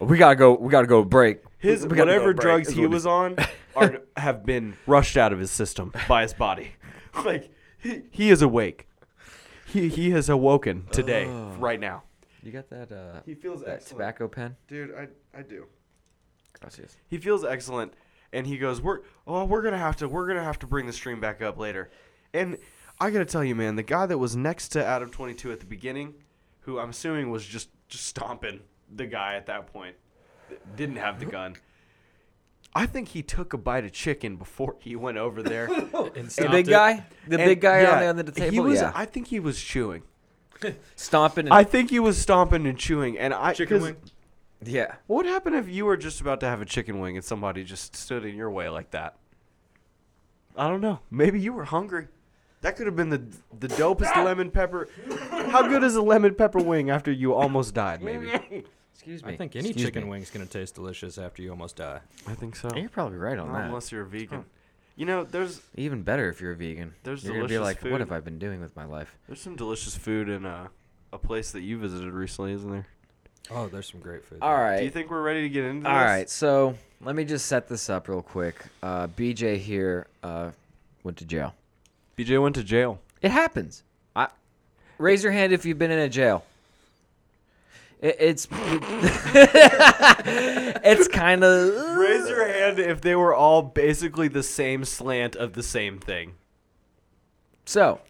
S3: We gotta go. We gotta go break.
S4: His
S3: We gotta go
S4: whatever
S3: break.
S4: drugs
S3: Is
S4: he
S3: what
S4: was on are have been rushed out of his system by his body. Like he, he is awake. He he has awoken today, right now.
S3: You got that? Uh,
S4: He feels
S3: Oh. that
S4: excellent.
S3: tobacco pen.
S4: Dude, I I do. He feels excellent, and he goes, "We're oh, we're gonna have to we're gonna have to bring the stream back up later." And I gotta tell you, man, the guy that was next to Adam Twenty Two at the beginning, who I'm assuming was just just stomping the guy at that point, th- didn't have the gun. I think he took a bite of chicken before he went over there.
S3: The big guy. The
S4: And-
S3: big guy on the
S4: yeah,
S3: on the table.
S4: He was,
S3: yeah.
S4: I think he was chewing.
S3: stomping. And,
S4: I think he was stomping and chewing, and I
S5: Chicken
S4: 'cause
S5: wing.
S3: yeah.
S4: What would happen if you were just about to have a chicken wing and somebody just stood in your way like that? I don't know. Maybe you were hungry. That could have been the the dopest lemon pepper. How good is a lemon pepper wing after you almost died? Maybe.
S3: Excuse me.
S5: I think any
S3: Excuse
S5: chicken
S3: me.
S5: wing's gonna taste delicious after you almost die.
S4: I think so.
S3: You're probably right on
S4: Not
S3: that.
S4: unless you're a vegan. You know, there's
S3: Even better if you're a vegan.
S4: There's
S3: you're gonna be
S4: delicious
S3: like, what
S4: food.
S3: have I been doing with my life?
S4: there's some delicious food in a a place that you visited recently, isn't there?
S5: Oh, there's some great food.
S3: All
S5: there.
S3: right.
S4: Do you think we're ready to get into this?
S3: All right, so let me just set this up real quick. Uh, BJ here uh, went to jail.
S4: BJ went to jail.
S3: It happens. I raise your hand if you've been in a jail. It, it's it's kind of
S4: Raise your hand if they were all basically the same slant of the same thing.
S3: so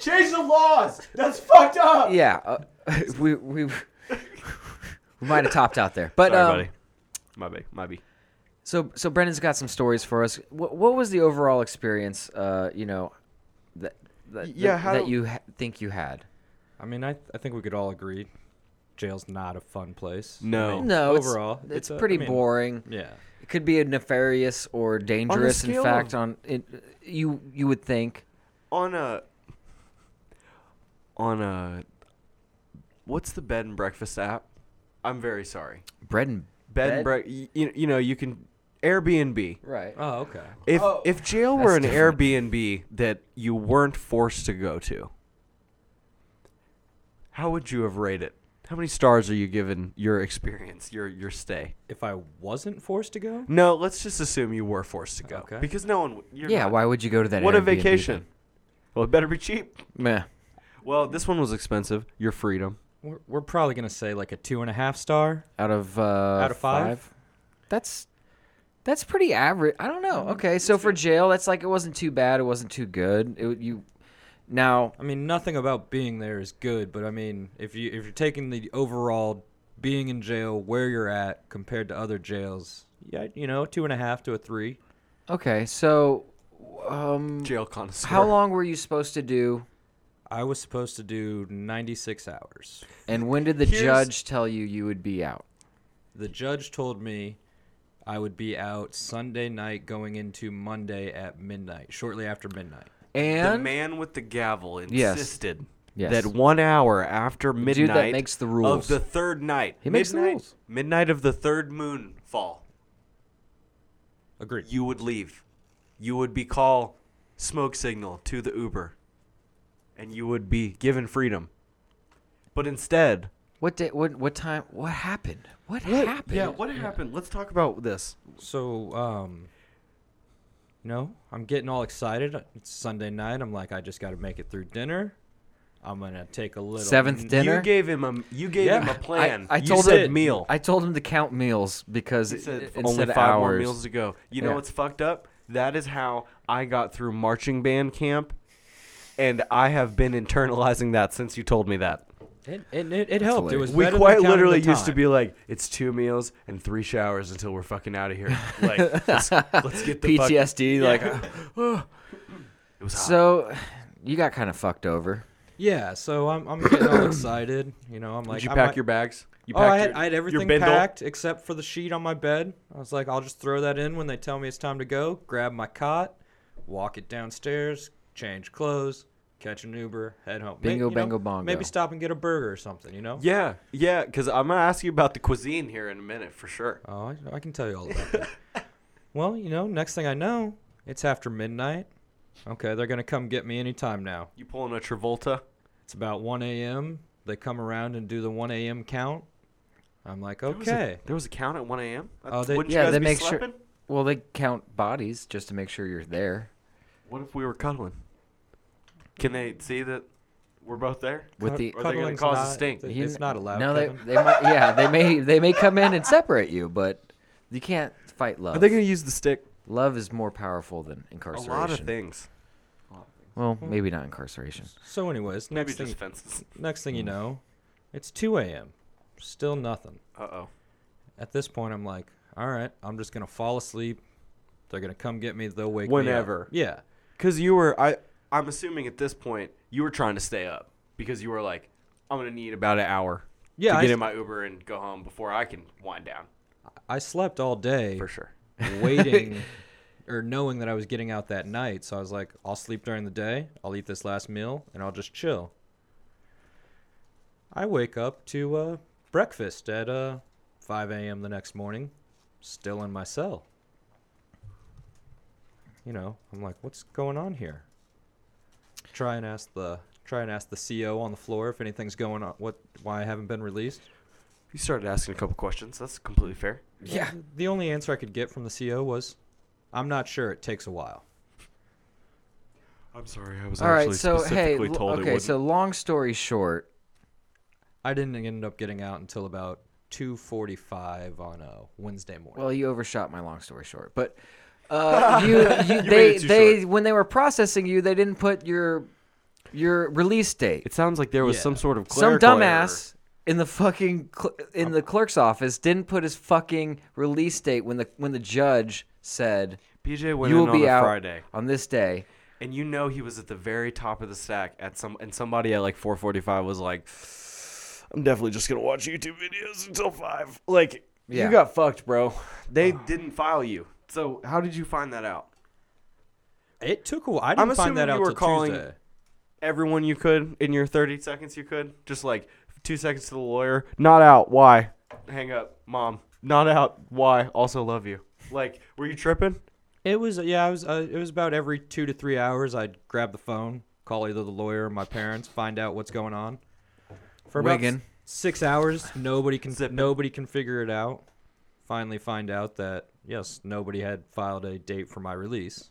S4: Change the laws. That's fucked up.
S3: yeah. Uh, we we we might have topped out there, but um,
S4: My bad. My bad.
S3: So, so Brendan's got some stories for us. What, what was the overall experience? Uh, you know, that that,
S4: yeah,
S3: that,
S4: how
S3: that
S4: do-
S3: you ha- think you had?
S5: I mean, I I think we could all agree, jail's not a fun place.
S4: No.
S3: No, it's-
S5: Oh, overall,
S3: it's,
S5: it's a- I
S3: pretty
S5: mean-
S3: boring.
S5: Yeah.
S3: It could be a nefarious or dangerous. In
S4: scale
S3: fact,
S4: of-
S3: on it, you you would think.
S4: On a. On a. What's the bed and breakfast app? I'm very sorry.
S3: Bread and
S4: Bed,
S3: Bed?
S4: and break. You, you know you can Airbnb.
S3: right.
S5: Oh, okay.
S4: If if jail were an
S3: That's
S4: Airbnb that you weren't forced to go to, how would you have rated it? How many stars are you giving your experience, your your stay?
S5: If I wasn't forced to go,
S4: No, let's just assume you were forced to go
S5: Okay.
S4: because no one. w- You're
S3: Yeah.
S4: not.
S3: Why would you go to that?
S4: What a
S3: Airbnb then?
S4: vacation! Well, it better be cheap.
S3: Meh.
S4: Well, this one was expensive. Your freedom.
S5: we're, we're probably gonna say like a two and a half star.
S3: Out of uh,
S5: Out of five?
S3: That's that's pretty average. I don't
S4: Mm-hmm.
S3: know. Okay, so for jail, that's like it wasn't too bad. It wasn't too good. It, you now
S5: I mean, nothing about being there is good, but I mean, if you if you're taking the overall being in jail where you're at compared to other jails, yeah, you know, two and a half to a three.
S3: Okay, so um,
S4: Jail connoisseur.
S3: how long were you supposed to do,
S5: I was supposed to do 96 hours.
S3: and when did the
S4: Here's-
S3: judge tell you you would be out?
S5: The judge told me I would be out Sunday night going into Monday at midnight, shortly after midnight.
S4: The
S3: And
S4: man with the gavel
S3: Yes.
S4: insisted
S3: Yes.
S4: that one hour after midnight
S3: that makes the rules.
S4: of the third night.
S3: He makes the
S4: midnight-
S3: rules.
S4: Midnight of the third moon fall.
S5: Agreed.
S4: You would leave. You would be call smoke signal to the Uber. and you would be given freedom. But instead,
S3: What did what what time? What happened? What, happened?
S4: yeah, what happened? Let's talk about this.
S5: So, um, you know, I'm getting all excited. It's Sunday night. I'm like, I just got to make it through dinner. I'm gonna take a little
S3: Seventh dinner.
S4: You gave him a you gave him
S5: Yeah.
S4: a plan.
S3: I
S4: you
S3: told
S4: said
S3: him-
S4: meal.
S3: I told him to count meals because
S4: He said
S3: it,
S4: only
S3: instead
S4: five
S3: of hours.
S4: more meals to go. You know
S3: Yeah.
S4: what's fucked up? That is how I got through marching band camp, and I have been internalizing that since you told me that.
S5: It, it, it, it helped. It was
S4: we
S5: better than
S4: quite
S5: counting
S4: literally
S5: the
S4: used to
S5: time.
S4: be like, it's two meals and three showers until we're fucking out of here. Like, let's, let's get the fuck-
S3: PTSD. Like
S4: It was hot.
S3: so, you got kind of fucked over.
S5: Yeah, so I'm I'm getting all excited. You know, I'm like,
S4: Did you
S5: I
S4: pack
S5: might-
S4: your bags? You
S5: oh, I
S4: packed
S5: had,
S4: your-
S5: I had
S4: your
S5: everything
S4: bindle?
S5: packed except for the sheet on my bed. I was like, I'll just throw that in when they tell me it's time to go. Grab my cot, walk it downstairs, change clothes, catch an Uber, head home. May-
S3: Bingo,
S5: you know,
S3: bango, bongo.
S5: Maybe stop and get a burger or something. You know?
S4: Yeah, yeah, because I'm gonna ask you about the cuisine here in a minute for sure.
S5: Oh, I, I can tell you all about that. well, you know, next thing I know, it's after midnight. Okay, they're gonna come get me anytime now.
S4: You pulling a Travolta?
S5: It's about 1 a.m. They come around and do the 1 a.m. count. I'm like,
S4: There was a-
S5: okay.
S4: There was a count at 1 a.m.
S5: Oh, they-
S4: Wouldn't
S3: yeah,
S4: you guys
S3: they
S4: be
S3: make sure-
S4: sleeping?
S3: Well, they count bodies just to make sure you're there
S4: What if we were cuddling? Can they see that we're both there?
S3: with the.
S4: Or they're gonna
S5: Cuddling's
S4: cause a
S5: not-
S4: stink.
S5: th-
S3: you-
S5: It's not allowed.
S3: No, they,
S5: Kevin.
S3: they might. Yeah, they may they may come in and separate you, but you can't fight love.
S4: use the stick?
S3: love is more powerful than
S4: A
S3: incarceration.
S4: lot of things. Hmm.
S3: Well, maybe not incarceration.
S5: So, anyways,
S4: Maybe
S5: next
S4: just
S5: thing,
S4: fences.
S5: next thing you
S3: Hmm.
S5: know, it's 2 a.m. Still nothing.
S4: Uh oh.
S5: At this point, I'm like, all right, I'm just gonna fall asleep. They're gonna come get me. They'll wake
S4: Whenever.
S5: me up. Yeah.
S4: Because you were, I, I'm assuming at this point you were trying to stay up because you were like, I'm gonna need about an hour
S5: Yeah,
S4: to
S5: I
S4: get
S5: s-
S4: in my Uber and go home before I can wind down
S5: I slept all day
S4: for sure.
S5: waiting or knowing that I was getting out that night. So I was like, I'll sleep during the day. I'll eat this last meal and I'll just chill. I wake up to uh, breakfast at uh, 5 a.m. the next morning, still in my cell. You know, I'm like, what's going on here? Try and ask the try and ask the CO on the floor if anything's going on. What? Why I haven't been released?
S4: You started asking a couple questions. That's completely fair.
S3: Yeah.
S5: The only answer I could get from the CO was, "I'm not sure. It takes a while."
S4: I'm sorry, I was
S3: All right. So hey, l- okay. So long story short,
S5: I didn't end up getting out until about 2:45 on a Wednesday morning.
S3: well, you overshot my long story short, but uh, you, you they
S4: it too
S3: they when they were processing you, they didn't put your your release date.
S4: it sounds like there was
S5: Yeah.
S4: some sort of
S3: Some
S4: clerical error.
S3: dumbass in the fucking cl- in the clerk's office didn't put his fucking release date when the when the judge said
S4: BJ went
S3: you
S4: in
S3: will
S4: on
S3: be
S4: a
S3: out
S4: Friday.
S3: on this day.
S4: and you know he was at the very top of the stack at some and somebody at like 4:45 was like I'm definitely just going to watch YouTube videos until 5. Like
S3: Yeah.
S4: you got fucked, bro. They didn't file you. So how did you find that out?
S5: it took a while. I didn't find
S4: assuming
S5: that
S4: you
S5: out
S4: were
S5: till
S4: calling-
S5: Tuesday.
S4: Everyone you could in your 30 seconds you could just like 2 seconds to the lawyer. Not out. Why? Hang up. Mom. Not out. Why? Also love you. Like were you tripping?
S5: It was yeah, I was uh, it was about every 2 to 3 hours I'd grab the phone, call either the lawyer or my parents, find out what's going on. For about
S3: Wiggin.
S5: s- 6 hours, nobody can
S4: Zip it.
S5: nobody can figure it out. Finally find out that yes, nobody had filed a date for my release.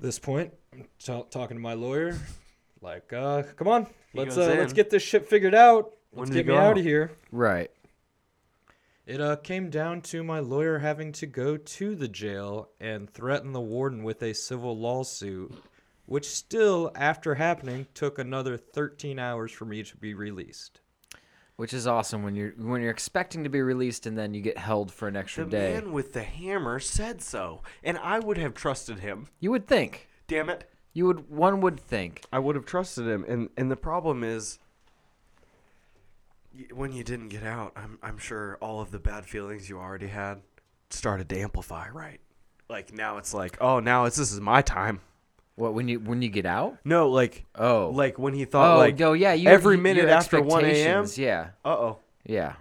S5: this point, I'm t- talking to my lawyer like, uh, come on. Let's
S4: goes
S5: uh, let's
S4: in.
S5: get this shit figured out.
S4: When
S5: Let's
S4: did it
S5: get me
S4: go
S5: out
S4: out?
S5: of here.
S3: Right.
S5: It uh, came down to my lawyer having to go to the jail and threaten the warden with a civil lawsuit, which still, after happening, took another 13 hours for me to be released.
S3: Which is awesome when you're when you're expecting to be released and then you get held for an extra
S4: The
S3: day.
S4: man with the hammer said so, and I would have trusted him.
S3: You would think.
S4: Damn it.
S3: You would one would think.
S4: I would have trusted him, and and the problem is, y- when you didn't get out, I'm I'm sure all of the bad feelings you already had started to amplify, right? Like now it's like, oh, now it's this is my time.
S3: What when you when you get out?
S4: No, like
S3: Oh.
S4: like when he thought,
S3: oh,
S4: like
S3: yo, yeah, you,
S4: every
S3: you-
S4: minute
S3: your
S4: after one a.m.
S3: expectations, Yeah,
S4: Uh oh,
S3: yeah.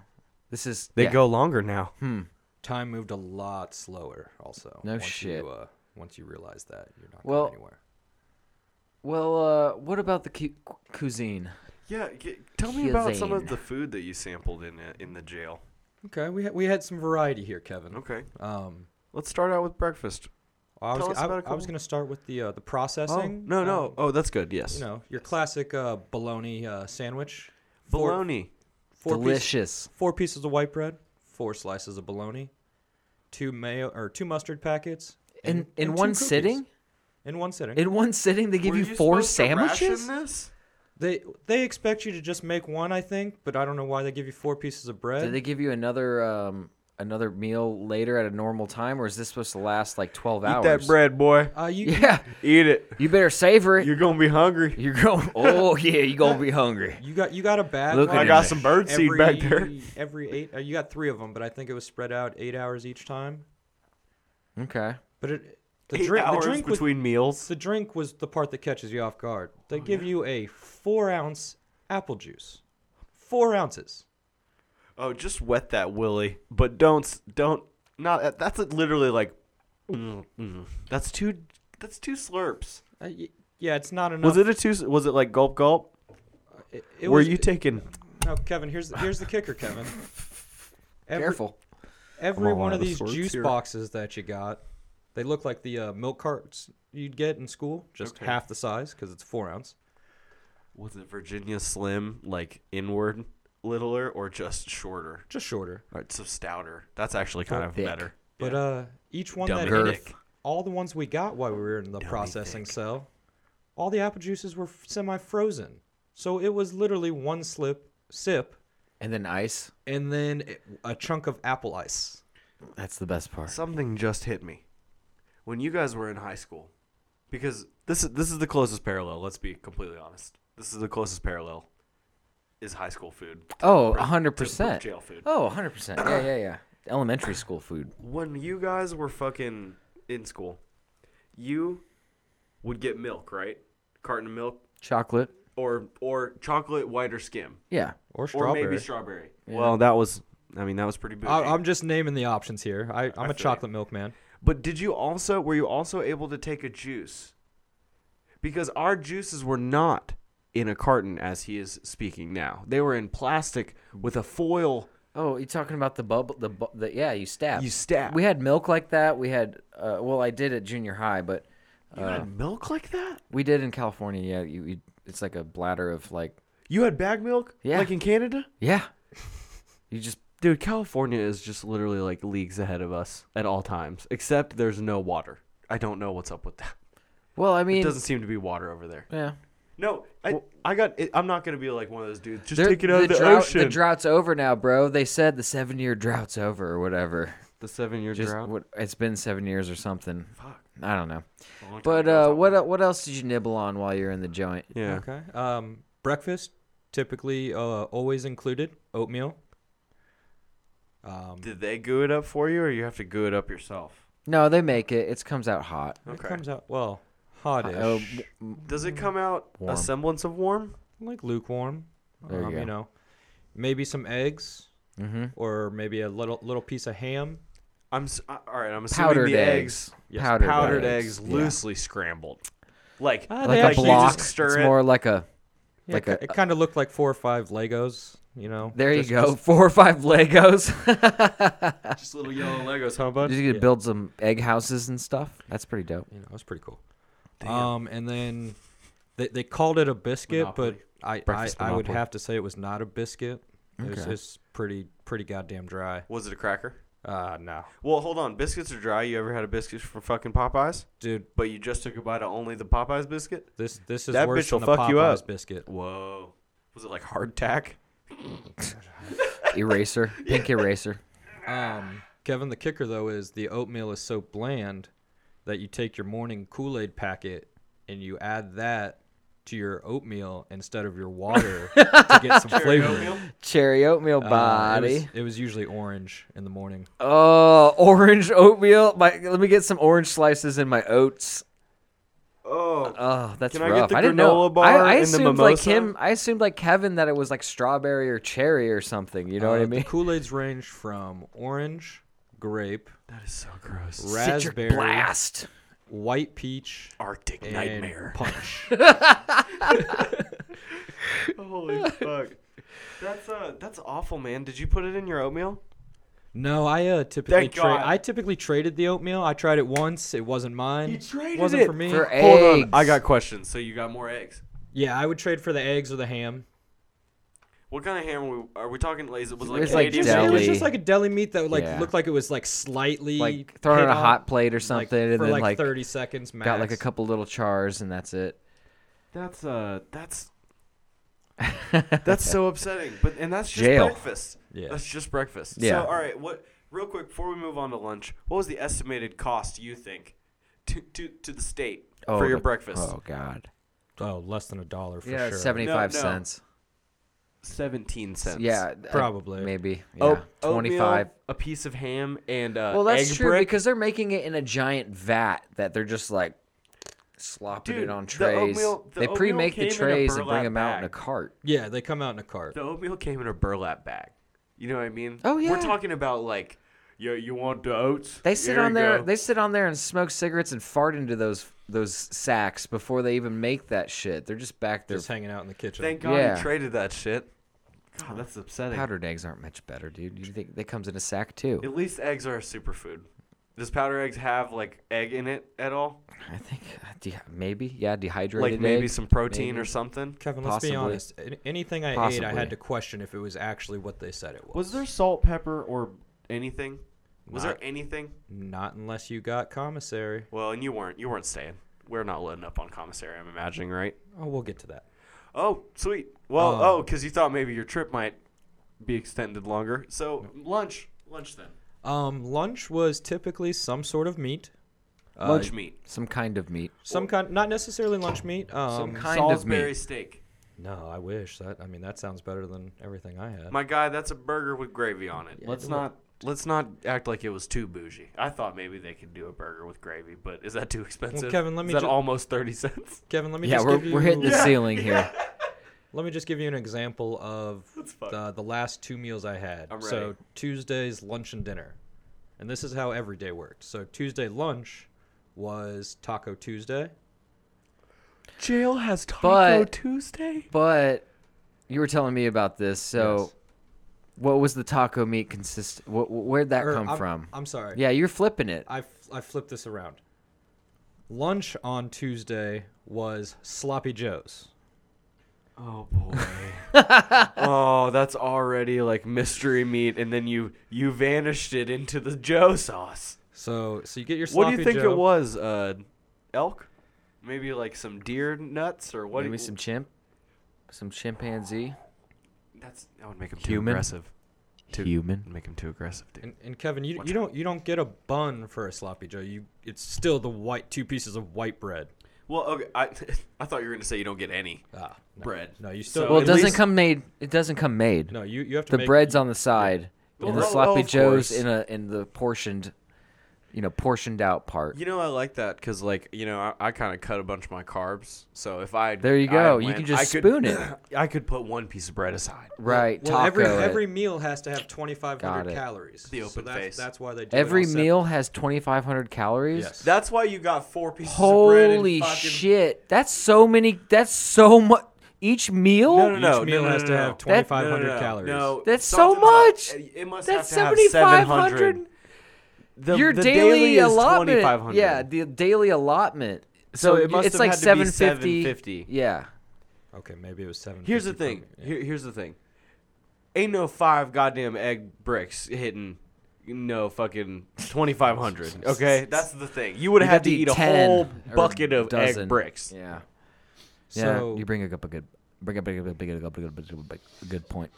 S3: This is
S4: they
S3: yeah. Hmm.
S4: go longer now.
S5: Time moved a lot slower, also.
S3: No
S5: once
S3: shit.
S5: You, uh, once you realize that, you're not
S3: Well-
S5: going anywhere.
S3: Well, uh, what about the cu- cuisine?
S4: Yeah, g- tell me about some of
S3: Cuisine.
S4: the food that you sampled in uh, in the jail.
S5: Okay, we had, we had some variety here, Kevin.
S4: Okay,
S5: Um,
S4: let's start out with breakfast.
S5: I was
S4: Tell us
S5: I,
S4: about a
S5: I was
S4: couple-
S5: gonna start with the uh, the
S4: Oh
S5: processing.
S4: no, no.
S5: um,
S4: oh, that's good. Yes,
S5: you know your classic uh, bologna uh, sandwich. Four-
S4: bologna.
S5: Four piece-
S3: Delicious.
S5: four pieces of white bread, four slices of bologna, two mayo or two mustard packets,
S3: In in,
S5: and two
S3: one
S5: cookies.
S3: sitting?
S5: In one sitting,
S3: In one sitting they give
S4: Were
S3: you, four
S4: supposed to ration
S3: sandwiches?
S4: this?
S5: they they expect you to just make one, I think, but I don't know why they give you four pieces of bread.
S3: Did they give you another um, another meal later at a normal time or is this supposed to last like 12 hours?
S4: bread, boy.
S5: uh, you,
S3: Yeah.
S4: Eat it.
S3: You better savor it. You're,
S4: gonna be hungry.
S3: going Oh yeah, you're going to be hungry.
S5: you got you got a bag.
S3: Look
S5: one
S3: at I got
S5: every-
S3: some
S4: bird
S5: Every eight, uh, you got three of them, but I think it was spread out eight hours each time.
S3: Okay.
S5: But it, the, drink, the drink was
S4: meals.
S5: the drink was the part that catches you off guard. They
S3: Oh,
S5: give you a four ounce apple juice, four ounces.
S4: Oh, just wet that willy, but don't s- don't not. uh, That's literally like. mm, mm. That's two. That's two slurps.
S5: Uh, y- yeah, it's not enough.
S4: Was it a two? Was it like gulp gulp?
S5: It, it
S4: Were
S5: was-
S4: you taking?
S5: No, Kevin. Here's the, here's the kicker, Kevin. Every,
S3: Careful.
S5: Every
S4: all
S5: one of
S4: out of
S5: these
S4: sorts
S5: juice
S4: here.
S5: boxes that you got, they look like the uh, milk carts you'd get in school, just
S4: Okay.
S5: half the size because it's four ounce.
S4: Was it Virginia Slim, like inward littler or just shorter?
S5: just shorter.
S4: All right, so stouter. That's actually kind of
S3: thick.
S4: better.
S5: But uh, each one
S4: Dummy
S5: that
S4: girth.
S5: hit- all the ones we got while we were in the processing cell, all the apple juices were semi frozen. So it was literally one slip sip
S3: And then ice.
S5: and then it- a chunk of apple ice.
S3: That's the best part.
S4: Something just hit me when you guys were in high school, because this is this is the closest parallel. Let's be completely honest. This is the closest parallel. Is high school food?
S3: Oh,
S4: Br- to
S3: 100%.
S4: jail food.
S3: Oh, 100%. Yeah, yeah, yeah. Elementary school food.
S4: When you guys were fucking in school, you would get milk, right? Carton of milk
S3: Chocolate.
S4: or or chocolate white or skim
S3: Yeah.
S5: Or
S4: or
S5: strawberry.
S4: maybe strawberry. Well, that was. I mean, that was pretty bougie.
S5: I, I'm just naming the options here. I, I'm a
S4: you.
S5: chocolate milk man.
S4: But did you also were you also able to take a juice? Because our juices were not in a carton as he is speaking now. They were in plastic with a foil.
S3: Oh, you talking about the bubble? The, bu- the yeah, you stab.
S4: You stab.
S3: We had milk like that. We had uh, well, I did at junior high, but
S4: You had milk like that?
S3: we did in California. Yeah, you, you it's like a bladder of like
S4: You had bag milk?
S3: Yeah.
S4: Like in Canada?
S3: yeah. You just
S4: Dude, California is just literally like leagues ahead of us at all times, except there's no water. I don't know what's up with that.
S3: well, I
S4: It
S3: mean,
S4: doesn't seem to be water over there.
S3: yeah.
S4: No, I, I got. It, I'm not gonna be like one of those dudes. Just
S3: They're-
S4: take it out of the
S3: drought,
S4: ocean.
S3: The drought's over now, bro. They said the seven year drought's over or whatever.
S4: The seven-year
S3: Just
S4: drought.
S3: what it's been seven years or something.
S4: Fuck.
S3: I don't know.
S4: A long time
S3: But
S4: ago,
S3: uh,
S4: something.
S3: what what else did you nibble on while you're in the joint?
S4: Yeah.
S5: Okay. Um, breakfast, typically uh, always included oatmeal. Um,
S4: Did they goo it up for you, or you have to goo it up yourself?
S3: No, they make it. It comes out hot.
S5: It comes out well, hotish,
S3: Oh,
S4: Does it come out
S3: Warm.
S4: a semblance of warm?
S5: like lukewarm.
S3: There you
S5: um,
S3: go.
S5: know, maybe some eggs,
S3: Mm-hmm.
S5: or maybe a little little piece of ham.
S4: I'm s- uh, all right. I'm assuming
S3: powdered
S4: the
S3: eggs.
S4: eggs,
S5: Yes,
S3: powdered,
S4: powdered
S3: eggs,
S4: eggs,
S3: yeah.
S4: loosely scrambled, like
S5: Ah,
S3: like
S5: They
S3: a
S5: actually
S3: block.
S4: just stir
S3: it's
S4: it.
S3: more like a
S5: Yeah,
S3: Like
S5: it,
S3: a-
S5: ki- it kind of looked like four or five Legos. You know.
S3: There
S5: just-
S3: you go.
S5: just-
S3: Four or five Legos.
S4: just little yellow Legos, huh, bud?
S3: you could build some egg houses and stuff. That's pretty dope.
S5: you know, it was pretty cool. Um, and then they they called it a biscuit,
S4: Monopoly.
S5: but I I,
S4: Breakfast
S5: I would
S4: Monopoly.
S5: have to say it was not a biscuit. It was
S3: Okay.
S5: just pretty pretty goddamn dry.
S4: Was it a cracker? Ah,
S5: Uh no,
S4: Well, hold on. Biscuits are dry. You ever had a biscuit from fucking Popeyes?
S5: dude,
S4: But you just took a bite of only the Popeyes biscuit.
S5: this this is
S4: That
S5: worse
S4: bitch
S5: than the
S4: will fuck
S5: Popeyes
S4: you up.
S5: biscuit.
S4: Whoa. Was it like hardtack?
S3: Eraser, pink eraser.
S5: Um, Kevin, the kicker though is the oatmeal is so bland that you take your morning Kool Aid packet and you add that to your oatmeal instead of your water to get some flavor.
S3: Cherry oatmeal
S5: Uh, it was-
S3: body.
S5: it was usually orange in the morning.
S3: oh, orange oatmeal. My, let me get some orange slices in my oats.
S4: Oh.
S3: Oh, that's
S4: Can I
S3: rough.
S4: get the
S3: I didn't know.
S4: granola bar
S3: I, I
S4: and the
S3: assumed like
S4: mimosa?
S3: him. I assumed like Kevin that it was like strawberry or cherry or something. You know what I mean?
S5: Kool Aids Uh, range from orange, grape,
S4: that is so gross.
S3: Citric
S5: raspberry,
S3: blast.
S5: White Peach,
S4: Arctic
S5: and
S4: Nightmare.
S5: Punch.
S4: Holy fuck. That's uh, that's awful, man. Did you put it in your oatmeal?
S5: No, I uh, typically
S4: Thank
S5: tra-
S4: God.
S5: I typically traded the oatmeal. I tried it once. It wasn't mine.
S4: You traded
S5: wasn't
S4: it
S5: for me.
S3: For
S4: Hold
S3: eggs.
S4: on, I got questions. So you got more eggs.
S5: yeah, I would trade for the eggs or the ham.
S4: What kind of ham are we, are we talking? Like, it was
S3: It
S4: like
S3: was like
S4: Canadian
S5: It was
S3: deli.
S5: just like a deli meat that like
S3: Yeah.
S5: looked like it was like slightly
S3: like thrown on
S5: hit
S3: a
S5: on,
S3: hot plate or
S5: like,
S3: something, and
S5: for
S3: then
S5: like,
S3: like,
S5: 30 seconds max.
S3: got like a couple little chars, and that's it.
S4: That's uh, that's that's so upsetting. But and that's just
S3: Jail.
S4: breakfast.
S5: Yeah.
S4: that's just breakfast.
S3: Yeah.
S4: So all right, what? Real quick before we move on to lunch, what was the estimated cost you think to to, to the state
S3: Oh,
S4: for your
S3: the-
S4: breakfast?
S3: Oh God.
S5: Oh, less than a dollar for
S3: yeah,
S5: sure.
S3: seventy-five
S4: No, no.
S3: cents.
S4: Seventeen cents.
S3: Yeah, I-
S5: Probably.
S3: maybe. Yeah,
S4: Oh,
S3: twenty-five.
S4: A piece of ham and uh,
S3: Well, that's
S4: egg
S3: true
S4: brick.
S3: because they're making it in a giant vat that they're just like slopping
S4: Dude,
S3: it on
S4: the
S3: trays.
S4: oatmeal- the
S3: they
S4: oatmeal
S3: pre-make
S4: came
S3: the
S4: in a
S3: trays and
S4: burlap
S3: bring them out in a
S4: bag.
S3: cart.
S5: Yeah, they come out in a cart.
S4: The oatmeal came in a burlap bag. You know what I mean?
S3: Oh,
S4: We're
S3: yeah.
S4: talking about like, yo, you want the oats?
S3: They sit
S4: Here
S3: on
S4: you
S3: there.
S4: go.
S3: They sit on there and smoke cigarettes and fart into those those sacks before they even make that shit. They're just back there.
S5: Just hanging out in the kitchen.
S4: Thank God
S3: Yeah.
S4: you traded that shit. God, that's upsetting.
S3: Powdered eggs aren't much better, dude. You think they comes in a sack too?
S4: At least eggs are a superfood. Does powder eggs have like egg in it at all?
S3: I think de- maybe, yeah, dehydrated.
S4: Like maybe
S3: egg.
S4: some protein
S3: maybe.
S4: or something?
S5: Kevin, let's
S3: Possibly.
S5: be honest. An- Anything I ate, I
S3: Possibly.
S5: had to question if it was actually what they said it was.
S4: Was there salt, pepper, or anything? Was
S5: Not-
S4: there anything?
S5: Not unless you got commissary.
S4: Well, and you weren't. You weren't staying. We're not letting up on commissary. I'm imagining, right?
S5: Oh, we'll get to that.
S4: Oh, sweet. Well,
S5: Uh,
S4: oh, because you thought maybe your trip might be extended longer. So lunch, lunch then.
S5: Um, lunch was typically some sort of meat. Uh,
S4: Lunch meat.
S3: some kind of meat.
S5: Some kind, not necessarily lunch meat. Um,
S3: Some kind of
S4: Salisbury
S3: meat.
S4: steak.
S5: no, I wish that. I mean, that sounds better than everything I had.
S4: My guy, that's a burger with gravy on it. let's not let's not act like it was too bougie. I thought maybe they could do a burger with gravy, but is that too expensive?
S5: Kevin, let me
S4: Is that
S5: ju-
S4: almost thirty cents?
S5: Kevin, let me
S3: Yeah,
S5: just
S3: we're,
S5: give you.
S3: we're hitting the ceiling here.
S5: Let me just give you an example of
S4: fuck.
S5: the, the last two meals I had.
S4: I'm
S5: So
S4: ready.
S5: Tuesday's lunch and dinner, and this is how every day worked. So Tuesday lunch was Taco Tuesday.
S4: Jail has Taco
S3: But-
S4: Tuesday.
S3: But you were telling me about this, so
S5: Yes.
S3: what was the taco meat consist? Wh- wh- where'd that
S5: Or,
S3: come
S5: Er, I'm,
S3: from?
S5: I'm sorry.
S3: yeah, you're flipping it.
S5: I, f- I flipped this around. Lunch on Tuesday was sloppy joes.
S4: Oh boy. oh, that's already like mystery meat, and then you you vanished it into the Joe sauce.
S5: So so you get your
S4: What
S5: sloppy
S4: do you think
S5: joe.
S4: it was? Uh, elk? Maybe like some deer nuts or what? do
S3: Maybe
S4: you-
S3: some chimp, some chimpanzee,
S4: That's that would make him too
S3: Human?
S4: aggressive. Too,
S3: human.
S4: Make him too aggressive, dude.
S5: And, and Kevin, you, you don't you don't get a bun for a sloppy joe. You it's still the white two pieces of white bread.
S4: Well, okay, I I thought you were gonna say you don't get any
S5: Ah, no.
S4: bread.
S5: No, you still
S3: Well, it
S5: at
S3: doesn't
S5: least-
S3: come made. It doesn't come made.
S5: No, you you have to
S3: the
S5: make,
S3: bread's on the side, and
S4: Well,
S3: the
S4: oh,
S3: sloppy
S4: of
S3: joes
S4: course.
S3: in a in the portioned, you know, portioned out part.
S4: You know, I like that because, like, you know, I, I kind of cut a bunch of my carbs. So if I
S3: There you
S4: I
S3: go. You
S4: went,
S3: can just
S4: I could-
S3: spoon it.
S4: I could put one piece of bread aside.
S3: Right,
S5: Well,
S3: taco.
S5: every
S3: it.
S5: every meal has to have 2500
S3: Got it.
S5: calories.
S4: The
S5: so
S4: open
S5: that's,
S4: face.
S5: That's why they do it
S3: Every
S5: all separate.
S3: meal has 2,500 calories.
S5: Yes.
S4: That's why you got four pieces of bread. and
S3: Holy
S4: fucking-
S3: shit! That's so many. That's so much. Each meal.
S4: No, no,
S5: Each
S4: no, no,
S5: meal
S4: no,
S5: has
S4: no,
S5: to
S4: no.
S5: have
S4: That-
S5: 2500
S4: no, no, no,
S5: calories.
S4: No,
S3: That's so
S4: something's
S3: much.
S4: Up. It must
S3: That's
S4: have to have 700.
S3: 7,500.
S4: The,
S3: Your
S4: the
S3: daily,
S4: is
S3: allotment.
S4: 2,500.
S3: Yeah, the daily allotment.
S4: So
S3: So,
S4: it must
S3: it's
S4: have
S3: like
S4: had to be
S3: 750.
S4: 750.
S3: Yeah.
S5: Okay, maybe it was 7
S4: Here's the thing. Here, here's the thing. Ain't no five goddamn egg bricks hitting no fucking 2500 okay that's the thing you would have
S3: You'd
S4: had to eat a
S3: 10
S4: whole
S3: or
S4: bucket of egg
S3: dozen.
S4: bricks
S3: Yeah. Yeah.
S5: So
S3: you bring up a good. Bring up a good, big, big, big, big, big, good point.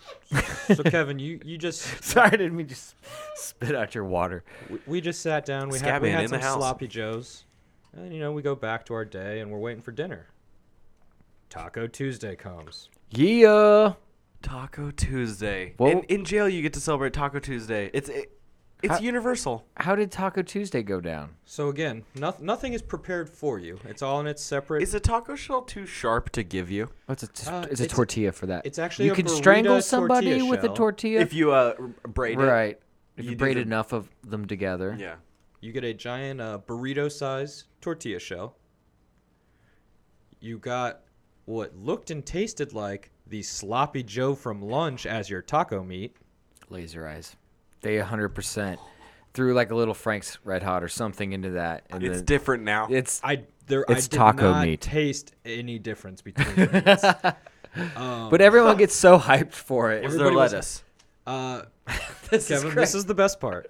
S5: so Kevin, you you just
S3: Sorry, I didn't mean to s- spit out your water.
S5: We- We just sat down. We had, we
S4: Scabbing
S5: had
S4: in
S5: some
S4: the house.
S5: sloppy joes, and you know we go back to our day, and we're waiting for dinner. Taco Tuesday comes.
S3: Yeah.
S4: taco tuesday
S3: Well-
S4: in, in jail you get to celebrate taco tuesday it's it, it's
S3: How-
S4: universal
S3: How did Taco Tuesday go down?
S5: So again, noth- nothing is prepared for you. It's all in its separate.
S4: is a taco shell too sharp to give you
S3: What's a t-
S5: Uh,
S3: it's a
S5: it's-
S3: tortilla for that.
S5: it's actually
S3: you
S5: a
S3: can
S5: burrito
S3: strangle somebody
S5: tortilla
S3: with a
S5: shell.
S3: tortilla.
S4: if you uh r- braid it
S3: right. If
S4: you
S3: you,
S4: do
S3: braid
S4: the-
S3: enough of them together.
S4: yeah
S5: You get a giant uh, burrito size tortilla shell. You got what looked and tasted like the sloppy Joe from lunch as your taco meat.
S3: Laser eyes. They 100% threw like a little Frank's Red Hot or something into that. And
S4: It's
S3: then-
S4: different now.
S3: It's
S5: I there I
S3: It's
S5: did
S3: taco
S5: not
S3: meat.
S5: taste any difference between the meats. Um,
S3: but everyone gets so hyped for it.
S4: was there
S3: Everybody was-
S4: lettuce?
S5: Uh,
S3: This is
S5: Kevin,
S3: great.
S5: this is the best part.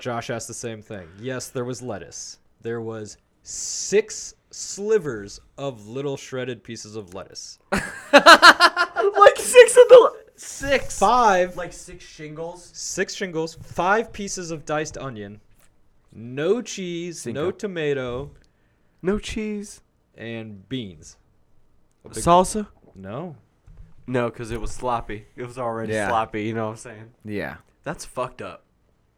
S5: Josh asked the same thing. Yes, there was lettuce. There was six slivers of little shredded pieces of lettuce.
S4: like six of the six.
S5: Five,
S4: Like six shingles.
S5: six shingles, five pieces of diced onion, no cheese, no tomato,
S4: No cheese.
S5: and beans.
S4: Salsa.
S5: No,
S4: No, because it was sloppy. It was already
S3: Yeah.
S4: sloppy. You know what I'm saying?
S3: Yeah.
S4: That's fucked up.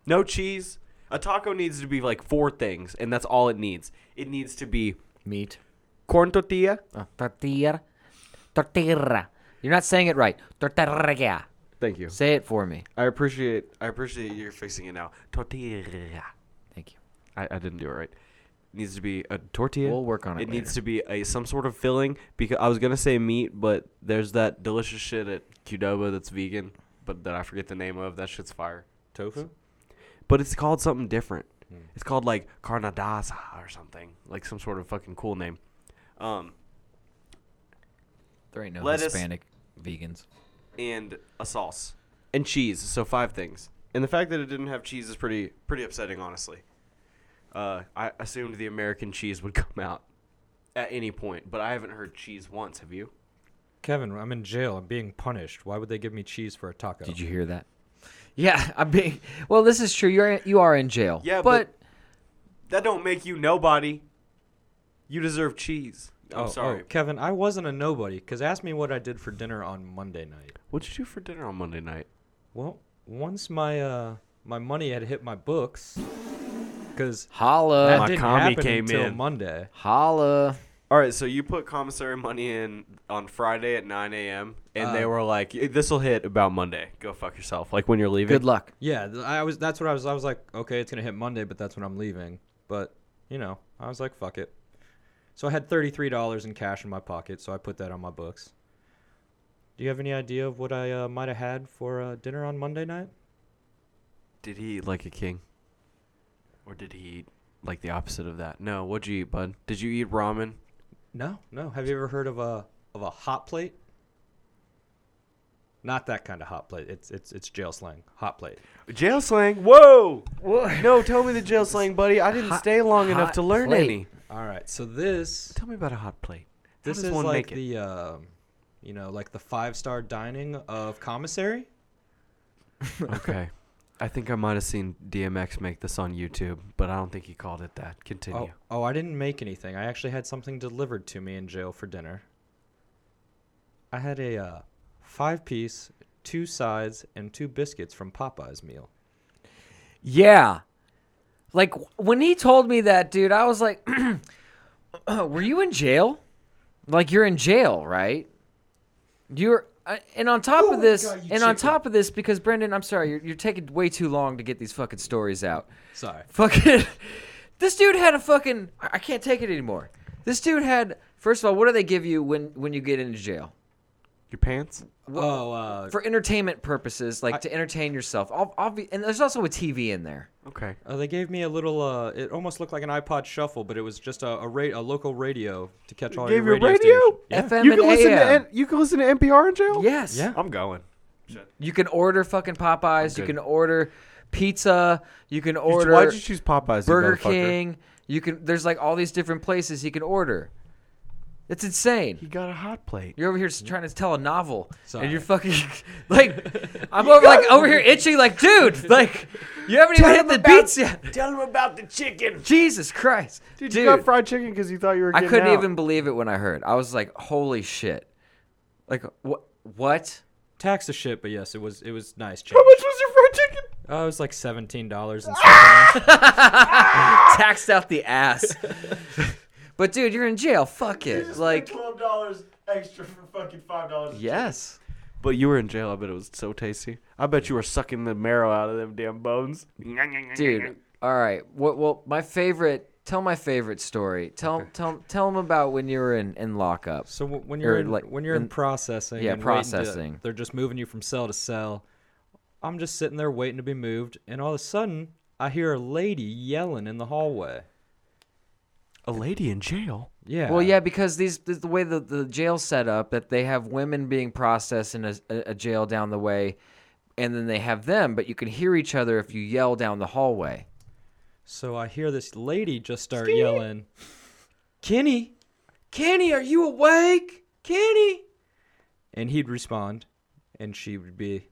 S4: No cheese. A taco needs to be like four things, and that's all it needs. It needs to be
S3: Meat. Uh,
S4: corn tortilla.
S3: Tortilla. Tortilla. You're not saying it right. Tortilla.
S4: Thank you.
S3: Say it for me.
S4: I appreciate. I appreciate you're fixing it now. Tortilla.
S3: Thank you.
S4: I, I didn't do it right. needs to be a tortilla.
S3: We'll work on it
S4: It needs to be a some sort of filling because I was gonna say meat, but there's that delicious shit at Qdoba that's vegan, but that I forget the name of. That shit's fire.
S5: tofu.
S4: But it's called something different.
S3: Hmm.
S4: It's called like carnadaza or something, like some sort of fucking cool name. Um,
S3: There ain't no
S4: Lettuce. Oh.
S3: Hispanic vegans.
S4: and a sauce and cheese. So five things. And the fact that it didn't have cheese is pretty pretty upsetting, honestly. Uh, I assumed the American cheese would come out at any point, but I haven't heard cheese once. Have you?
S5: Kevin, I'm in jail. I'm being punished. Why would they give me cheese for a taco?
S3: Did you hear that? Yeah, I'm being. Well, this is true. You're in, you are in jail.
S4: Yeah, but- That don't make you nobody. You deserve cheese. I'm
S5: oh,
S4: sorry.
S5: oh, Kevin. I wasn't a nobody. Cause ask me what I did for dinner on Monday night.
S4: What'd you do for dinner on Monday night?
S5: Well, once my uh my money had hit my books, because
S3: holla,
S5: that
S4: Uh, my
S5: didn't
S4: commie
S5: happen
S4: came
S5: until
S4: in.
S5: Monday.
S3: holla.
S4: All right, so you put commissary money in on Friday at 9 a.m. and they
S5: Uh,
S4: were like, "This will hit about Monday. Go fuck yourself." Like when you're leaving.
S3: Good luck.
S5: Yeah, th- I was. That's what I was. I was like, okay, it's gonna hit Monday, but that's when I'm leaving. But you know, I was like, fuck it. So I had thirty three dollars in cash in my pocket, so I put that on my books. Do you have any idea of what I uh, might have had for uh, dinner on Monday night?
S4: Did he eat like a king? Or did he eat like the opposite of that? No, what'd you eat, bud? Did you eat ramen?
S5: No, no. Have you ever heard of a of a hot plate? Not that kind of hot plate. It's it's it's jail slang. Hot plate.
S4: Jail slang? Whoa! No, tell me the jail slang, buddy. I didn't stay long enough
S3: hot
S4: to learn
S3: plate.
S4: any.
S5: All right. So this
S4: Tell me about a hot plate. How
S5: This
S4: does
S5: is
S4: one
S5: like
S4: make it?
S5: the, um, you know, like the five star dining of commissary.
S4: okay. I think I might have seen DMX make this on YouTube, but I don't think he called it that. Continue.
S5: Oh, oh, I didn't make anything. I actually had something delivered to me in jail for dinner. I had a uh, five piece, two sides, and two biscuits from Popeye's meal.
S3: Yeah. Like w- when he told me that, dude, I was like, uh, "Were you in jail? Like you're in jail, right? You're." I and on top of this, and on top of this, because Brendan, I'm sorry, you're, you're taking way too long to get these fucking stories out.
S5: Sorry.
S3: Fucking, this dude had a fucking. I I can't take it anymore. This dude had. First of all, what do they give you when when you get into jail?
S4: Your pants?
S5: Oh, uh,
S3: for entertainment purposes, like to entertain yourself. Ob- obvi- and there's also a TV in there.
S4: Okay.
S5: uh, they gave me a little. Uh, it almost looked like an iPod Shuffle, but it was just a a, ra- a local radio to catch all
S4: Gave
S5: your
S4: you a
S5: radio.
S4: radio?
S5: station- Yeah.
S3: FM and AM.
S4: you can listen to NPR in jail?
S3: yes.
S5: Yeah.
S4: I'm going.
S3: You can order fucking Popeyes. You
S4: good.
S3: can order pizza. You can order
S4: Why'd you choose Popeyes? you
S3: Burger
S4: motherfucker?
S3: King. You can. There's like all these different places he can order. It's
S4: He
S3: insane.
S4: got a hot plate.
S3: You're over here s- trying to tell a novel,
S5: Sorry.
S3: and you're fucking like, I'm over like over here itching, like, dude, like, you haven't even hit the beats yet.
S4: Tell him about the chicken.
S3: Jesus Christ,
S4: Dude, you got fried chicken because you thought you were.
S3: I
S4: Getting
S3: couldn't
S4: out.
S3: even believe it when I heard. I was like, "Holy shit!" Like, what? What?
S5: Tax the shit, but yes, it was it was nice change.
S4: How much was your fried chicken?
S5: Uh, it was like seventeen dollars and
S3: Taxed out the ass. but dude, you're in jail. Fuck it. Like,
S10: twelve dollars extra for fucking five dollars.
S3: yes.
S4: But you were in jail. I bet it was so tasty. I bet you were sucking the marrow out of them damn bones.
S3: dude All right. Well, well my favorite. Tell my favorite story. Tell tell tell them about when you were in in lockup.
S5: So w- when you're
S3: Or,
S5: in,
S3: like,
S5: when you're in,
S3: in-
S5: processing,
S3: yeah,
S5: and waiting to-
S3: processing.
S5: they're just moving you from cell to cell. I'm just sitting there waiting to be moved, and all of a sudden, I hear a lady yelling in the hallway.
S4: A lady in jail.
S5: Yeah.
S3: Well, yeah, because these the the way the the jail's set up that they have women being processed in a, a a jail down the way, and then they have them, but you can hear each other if you yell down the hallway.
S5: So I hear this lady just start yelling, "Kenny, Kenny, are you awake, Kenny?" And he'd respond, and she would be,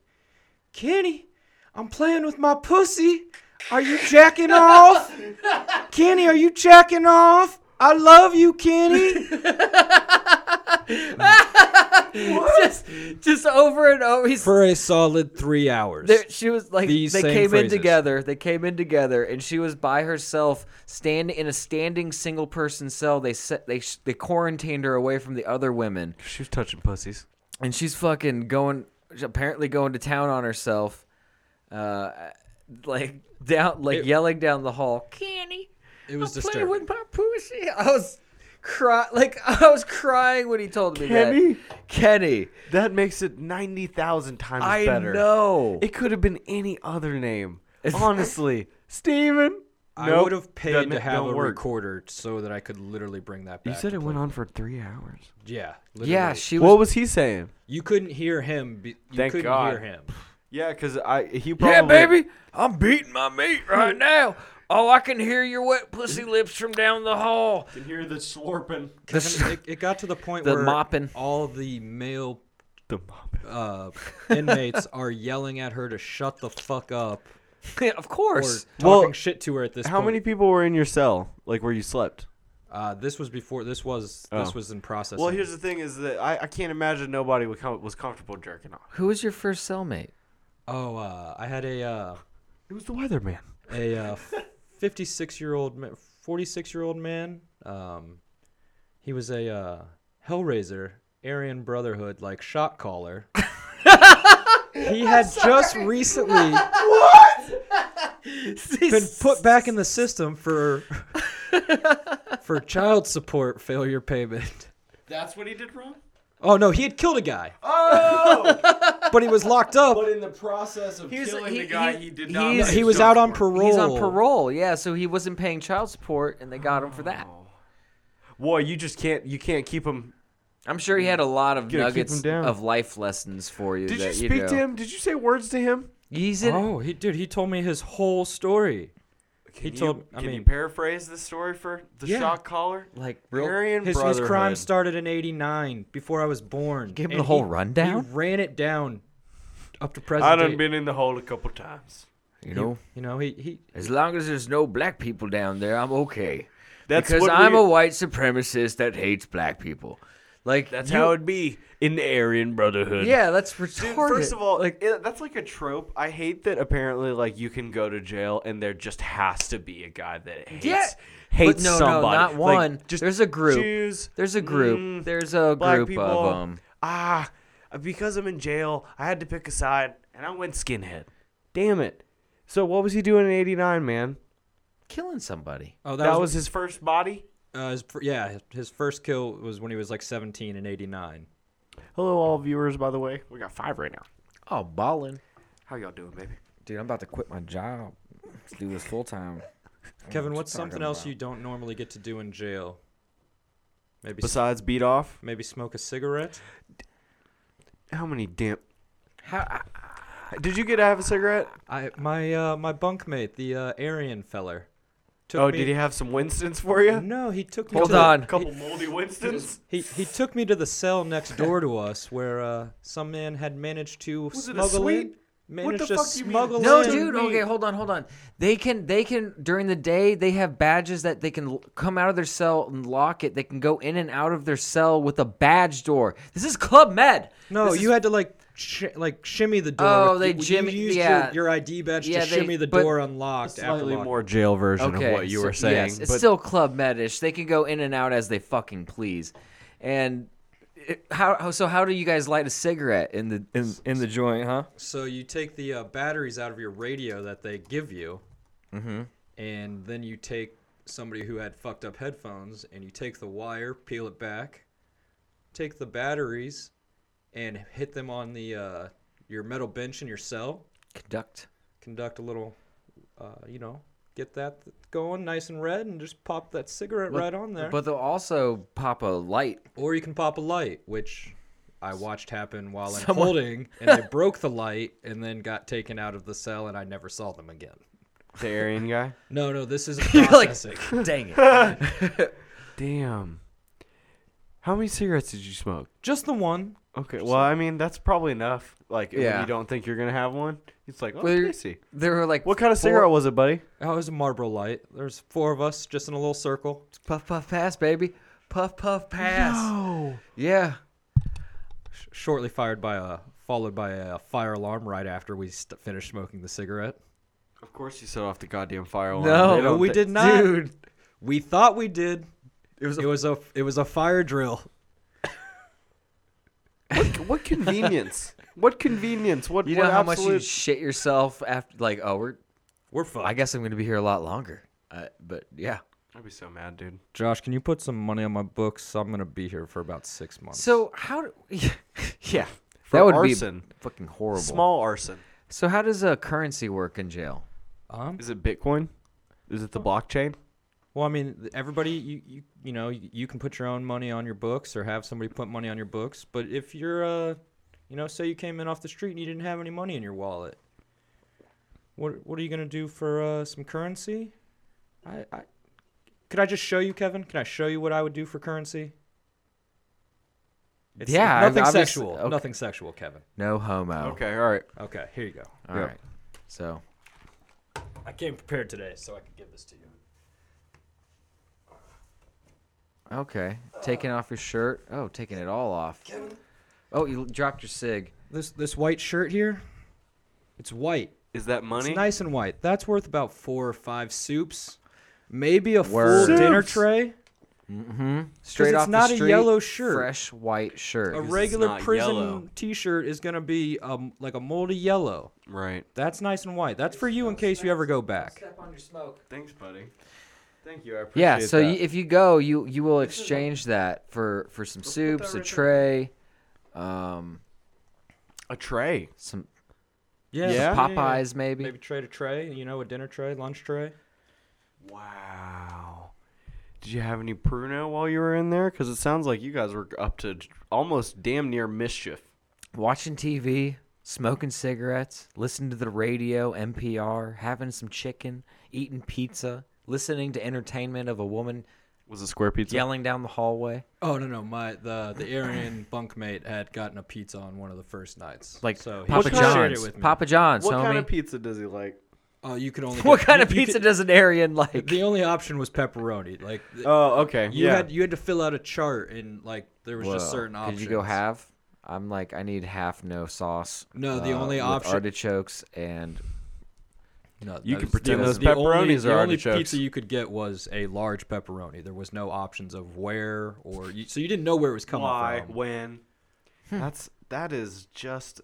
S5: "Kenny, I'm playing with my pussy. Are you jacking off? Kenny, are you jacking off? I love you, Kenny."
S3: Just just over and over. He's
S5: For a solid three hours.
S3: There, she was like
S5: These
S3: they
S5: same
S3: came
S5: phrases.
S3: in together. They came in together, and she was by herself, standing in a standing single person cell. They set they sh- they quarantined her away from the other women,
S4: She was touching pussies.
S3: and she's fucking going apparently going to town on herself, uh, like down like yelling down the hall. Kenny,
S5: it was
S3: I'm
S5: disturbing.
S3: playing with my pussy. I was cry like I was crying when he told me
S4: Kenny?
S3: that. Kenny,
S4: That makes it 90,000 times
S3: I
S4: better.
S3: know.
S4: It could have been any other name. Honestly. Steven.
S5: I
S4: Nope.
S5: would have paid
S4: Doesn't-
S5: to have
S4: don't
S5: a
S4: work.
S5: recorder so that I could literally bring that
S4: You
S5: back.
S4: said
S5: to
S4: it
S5: play
S4: went
S5: with-
S4: on for three hours.
S5: Yeah.
S3: yeah,
S5: literally.
S3: she was
S4: What was he saying?
S5: You couldn't hear him. Be, you
S4: Thank
S5: couldn't
S4: God.
S5: hear him.
S4: Yeah, because I he
S3: Yeah, baby, I'm beating my meat right now. Oh, I can hear your wet pussy lips from down the hall.
S10: Can hear the slurping.
S5: Kevin, it, it got to the point
S3: The
S5: where
S3: mopping.
S5: all the male
S4: The
S5: uh, inmates are yelling at her to shut the fuck up
S3: of
S5: or
S3: course.
S5: talking
S4: Well,
S5: shit to her at this
S4: How
S5: point.
S4: many people were in your cell, like where you slept?
S5: Uh, this was before. This was
S4: Oh.
S5: this was in process.
S4: Well, here's the thing: is that I, I can't imagine nobody would com- was comfortable jerking off.
S3: Who was your first cellmate?
S5: oh, uh, I had a uh,
S4: It was the weatherman.
S5: a uh, 56 year old, 46 year old man. Um, he was a uh, Hellraiser, Aryan Brotherhood, like shot caller. he had just recently been put back in the system for for child support failure payment.
S10: That's what he did wrong.
S5: Oh no, he had killed a guy,
S10: Oh!
S5: but he was locked up.
S10: but in the process of
S3: He's-
S10: killing
S3: he-
S10: the guy,
S3: he-
S10: he, did not.
S3: he's-
S10: make
S5: He was
S10: jump
S5: out on
S10: for it.
S5: parole.
S3: He's on parole. Yeah, so he wasn't paying child support, and they got him for that.
S4: Oh. Boy, you just can't you can't keep him.
S3: I'm sure he had a lot of
S4: Gotta keep him
S3: nuggets
S4: down.
S3: of life lessons for you.
S4: Did
S3: that,
S4: you speak
S3: know.
S4: to him? Did you say words to him?
S3: He's in.
S5: Oh, he dude, he told me his whole story.
S4: Can
S5: He
S4: you,
S5: told- I
S4: Can you
S5: mean-
S4: paraphrase the story for the
S5: Yeah.
S4: shock collar?
S3: Like, real-
S4: Aryan
S5: His, his
S4: Brotherhood.
S5: crime started in '89, before I was born.
S3: gave him
S5: and
S3: the whole
S5: he-
S3: rundown?
S5: He ran it down up to present
S4: I
S5: day.
S4: done been in the hole a couple times.
S3: You know,
S5: You know, he, he
S3: as long as there's no black people down there, I'm okay.
S4: That's
S3: because
S4: what
S3: I'm
S4: we-
S3: a white supremacist that hates black people. Like
S4: That's
S3: you-
S4: how it'd be in the Aryan Brotherhood.
S3: Yeah, that's
S4: Dude,
S3: retarded.
S4: first of all, like it, that's like a trope. I hate that apparently like you can go to jail and there just has to be a guy that hates
S3: Yeah. But
S4: hates
S3: no, no,
S4: somebody.
S3: not
S4: Like,
S3: one.
S4: just
S3: There's a group.
S4: Jews,
S3: There's a group.
S4: mm,
S3: There's a
S4: black
S3: group
S4: people.
S3: of um, them.
S4: Ah, because I'm in jail, I had to pick a side and I went skinhead. Damn it. So what was he doing in 89, man?
S3: Killing somebody.
S5: oh
S4: That, was, his first body?
S5: uh, his, fir- yeah his- his first kill was when he was like 17 in 89.
S4: Hello all viewers by the way. We got 5 right now.
S3: Oh, ballin'.
S4: How y'all doing, baby?
S3: Dude, I'm about to quit my job. Let's do this full time.
S5: Kevin, what's something else you don't normally get to do in jail? Maybe s-
S4: Besides beat off,
S5: maybe smoke a cigarette.
S4: how many damn
S3: How,
S4: Did you get to have a cigarette?
S5: I my uh, my bunkmate, the uh, Aryan feller, took
S4: Oh,
S5: me.
S4: did he have some Winston's for you?
S5: No, he took me.
S3: hold
S5: to the-
S3: on.
S4: couple moldy Winstons?
S5: He he took me to the cell next door to us, where uh, some man had managed to
S4: it a
S5: smuggle
S4: suite?
S5: in. Managed
S4: the
S5: to
S4: fuck you mean?
S5: smuggle
S3: No,
S5: in.
S3: dude. Okay, hold on, hold on. They can, they can during the day. They have badges that they can l- come out of their cell and lock it. They can go in and out of their cell with a badge door. This is Club Med.
S5: No,
S3: This
S5: you
S3: is-
S5: had to like sh- like shimmy the door.
S3: Oh,
S5: with
S3: they
S5: the, you
S3: jimmy-
S5: used
S3: yeah.
S5: your, your ID badge
S3: Yeah,
S5: to
S3: they-
S5: shimmy the
S3: but-
S5: door unlocked. after
S4: Slightly
S5: lock-
S4: more jail version of what you
S3: so-
S4: were saying.
S3: Yes, it's
S4: but
S3: still club medish. They can go in and out as they fucking please. And it, how, how so? How do you guys light a cigarette in the
S4: Oh,
S3: in, in the joint, huh? Mm-hmm.
S5: So you take the uh, batteries out of your radio that they give you, and then you take somebody who had fucked up headphones and you take the wire, peel it back, take the batteries, and hit them on the uh, your metal bench in your cell.
S3: Conduct.
S5: Conduct a little, uh, you know, get that going nice and red, and just pop that cigarette right on there.
S3: But they'll also pop a light.
S5: Or you can pop a light, which I watched happen while in holding, and they broke the light and then got taken out of the cell, and I never saw them again.
S4: The Aryan guy.
S5: No, no, this is
S3: like-
S5: processing.
S3: Dang it.
S4: Damn. How many cigarettes did you smoke?
S5: Just the one.
S4: Okay, well, I mean that's probably enough. Like, when
S3: Yeah.
S4: you don't think you're gonna have one, it's like, oh,
S3: Well, you're-
S4: Casey.
S3: There were like
S4: What kind of
S3: four-
S4: cigarette was it, buddy?
S5: Oh, it was a Marlboro light. There's four of us just in a little circle.
S3: Puff puff pass, baby. Puff puff pass. Yeah.
S5: Sh- shortly fired by a followed by a fire alarm right after we st- finished smoking the cigarette.
S4: Of course, you set off the goddamn fire alarm.
S3: No,
S4: They
S5: No,
S4: don't
S5: we
S4: thi-
S5: did not.
S3: Dude.
S5: We thought we did. It was a, it was a it was a fire drill.
S4: What, what convenience? what convenience? What?
S3: You
S4: what
S3: know how much
S4: absolute...
S3: you shit yourself after like oh we're
S5: We're fucked.
S3: I guess I'm going to be here a lot longer. Uh, but yeah.
S4: I'd be so mad, dude.
S5: Josh, can you put some money on my books? I'm gonna be here for about six months.
S3: So how do Yeah.
S4: For
S3: that would
S4: arson.
S3: be fucking horrible.
S4: Small arson.
S3: So how does uh, currency work in jail?
S5: um,
S4: Is it Bitcoin? Is it the blockchain?
S5: Well, I mean, th- everybody, you you, you know, you, you can put your own money on your books or have somebody put money on your books. But if you're, uh, you know, say you came in off the street and you didn't have any money in your wallet, what what are you gonna do for uh, some currency? I, I could I just show you, Kevin? Can I show you what I would do for currency? It's
S3: Yeah, I-
S5: nothing
S3: obviously-
S5: sexual.
S3: okay.
S5: Nothing sexual, Kevin.
S3: No homo.
S4: Okay, all right.
S5: Okay, here you go.
S3: All
S4: Yep.
S3: right. So
S5: I came prepared today, so I could give this to you.
S3: okay, taking off your shirt. Oh, taking it all off. Oh, you dropped your sig.
S5: This this white shirt here, it's white.
S4: Is that money?
S5: It's nice and white. That's worth about four or five soups, maybe a
S3: Word.
S5: full dinner
S4: Soups.
S5: tray.
S3: Straight
S5: it's
S3: off
S5: not
S3: the
S5: a
S3: street,
S5: yellow shirt.
S3: Fresh white shirt.
S5: A
S4: it's
S5: regular
S4: not
S5: prison
S4: yellow.
S5: T-shirt is gonna be um, like a moldy yellow.
S4: Right.
S5: That's nice and white. That's for you in case you ever go back.
S4: Oh, Thanks, buddy. Thank you. I appreciate
S3: yeah. So
S4: that.
S3: you, if you go, you you will exchange that for for some soups, a tray, um,
S4: a tray.
S3: some
S5: Yeah.
S4: Yeah.
S3: Popeyes maybe.
S5: Maybe trade a tray. You know, a dinner tray, lunch tray.
S4: Wow. Did you have any Pruno while you were in there? Because it sounds like you guys were up to j- almost damn near mischief.
S3: Watching TV, smoking cigarettes, listening to the radio, NPR, having some chicken, eating pizza, listening to entertainment of a woman
S4: Was it square pizza?
S3: yelling down the hallway.
S5: Oh no no my the the Aryan bunkmate had gotten a pizza on one of the first nights
S3: Like
S5: so he
S3: Papa
S5: shared it
S3: John's.
S5: with me.
S3: Papa John's,
S4: What
S3: homie.
S4: kind of pizza does he like?
S5: oh you could only
S3: what
S5: get-
S3: kind
S5: you-
S3: of
S5: you could-
S3: pizza does an Aryan like?
S5: the only option was pepperoni like th-
S4: Oh, okay.
S5: You
S4: yeah.
S5: had you had to fill out a chart and like there was just
S3: Whoa.
S5: certain options.
S3: Could you go half? I'm like, I need half, no sauce. uh,
S5: No, the only
S3: with
S5: option-
S3: artichokes and
S5: No,
S4: You
S5: that
S4: could
S5: is-
S4: pretend
S5: that
S4: those
S5: is the only-
S4: pepperonis
S5: the
S4: are
S5: only
S4: artichokes.
S5: pizza you could get was a large pepperoni. There was no options of where or you, so you didn't know where it was coming
S4: Why?
S5: from.
S4: When? That's that is just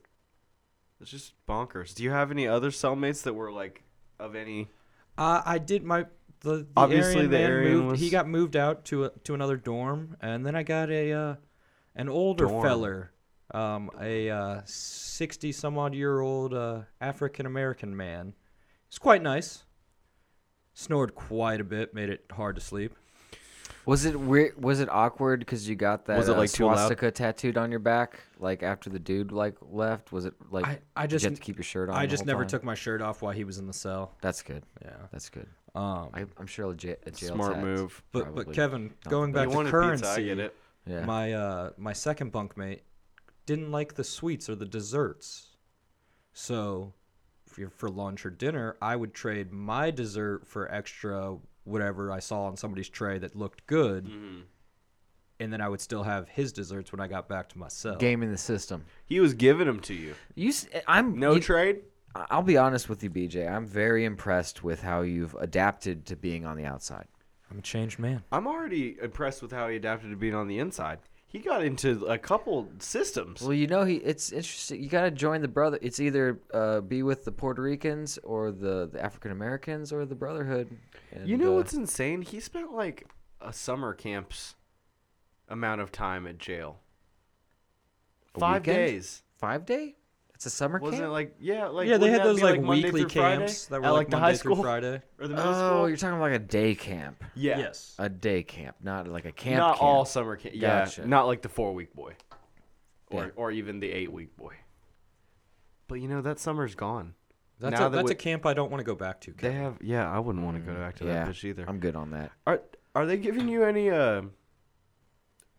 S4: it's just bonkers. Do you have any other cellmates that were like of any?
S5: Uh, I did my the, the
S4: Obviously,
S5: Aryan
S4: the
S5: man
S4: Aryan
S5: moved,
S4: was-
S5: he got moved out to a, to another dorm, and then I got a uh, an older
S4: Dorm.
S5: feller, um, a sixty some odd year old uh, African American man. It's quite nice. Snored quite a bit, made it hard to sleep.
S3: was it weird? Was it awkward because you got that
S4: Was it,
S3: uh,
S4: like, too loud?
S3: swastika tattooed on your back? Like after the dude like left, was it like
S5: I- I
S3: did
S5: just-
S3: you have to keep your shirt on?
S5: I
S3: the
S5: just
S3: whole
S5: never
S3: time?
S5: took my shirt off while he was in the cell.
S3: That's good.
S5: Yeah.
S3: That's good.
S5: Um,
S3: I, I'm sure a jail, a jail
S4: Smart
S3: tat
S4: move.
S5: but but
S3: probably-
S5: Kevin,
S3: the
S5: going
S3: best.
S5: back
S4: you
S5: to
S4: wanted
S5: currency,
S4: pizza. I get it.
S3: Yeah.
S5: my uh my second bunkmate didn't like the sweets or the desserts. So for, for lunch or dinner, I would trade my dessert for extra whatever I saw on somebody's tray that looked good.
S4: Mm-hmm.
S5: And then I would still have his desserts when I got back to my cell.
S3: Gaming the system.
S4: He was giving them to you.
S3: You, s- I'm
S4: No
S3: you-
S4: trade.
S3: I- I'll be honest with you, BJ. I'm very impressed with how you've adapted to being on the outside.
S5: I'm a changed man.
S4: I'm already impressed with how he adapted to being on the inside. He got into a couple systems.
S3: Well, you know, he it's interesting. You got to join the brother. It's either uh, be with the Puerto Ricans or the, the African Americans or the Brotherhood. And,
S4: you know
S3: uh,
S4: what's insane? He spent like a summer camp's amount of time at jail.
S3: A
S4: Five
S3: weekend?
S4: days.
S3: Five day? It's a summer
S4: Wasn't
S3: camp.
S4: it like yeah, like
S5: yeah, they
S4: wouldn't
S5: had
S4: that
S5: those
S4: be,
S5: like,
S4: Monday
S5: weekly
S4: through Friday
S5: camps that were
S4: at,
S5: like,
S4: the
S5: Monday
S4: high school
S5: through Friday.
S4: or the middle
S3: oh,
S4: school.
S3: you're talking like a day camp.
S4: Yeah, Uh,
S5: Yes.
S3: A day camp, not like a camp.
S4: not
S3: camp.
S4: all summer camp. Yeah,
S3: Gotcha.
S4: not like the four week boy, or
S3: Yeah.
S4: or even the eight week boy. But you know that summer's gone.
S5: That's,
S4: Now
S5: a,
S4: that
S5: that's
S4: we-
S5: a camp I don't want to go back to.
S4: They
S5: Kevin.
S4: have yeah. I wouldn't want to go back to
S3: Mm, yeah.
S4: that bitch either.
S3: I'm good on that.
S4: Are are they giving you any uh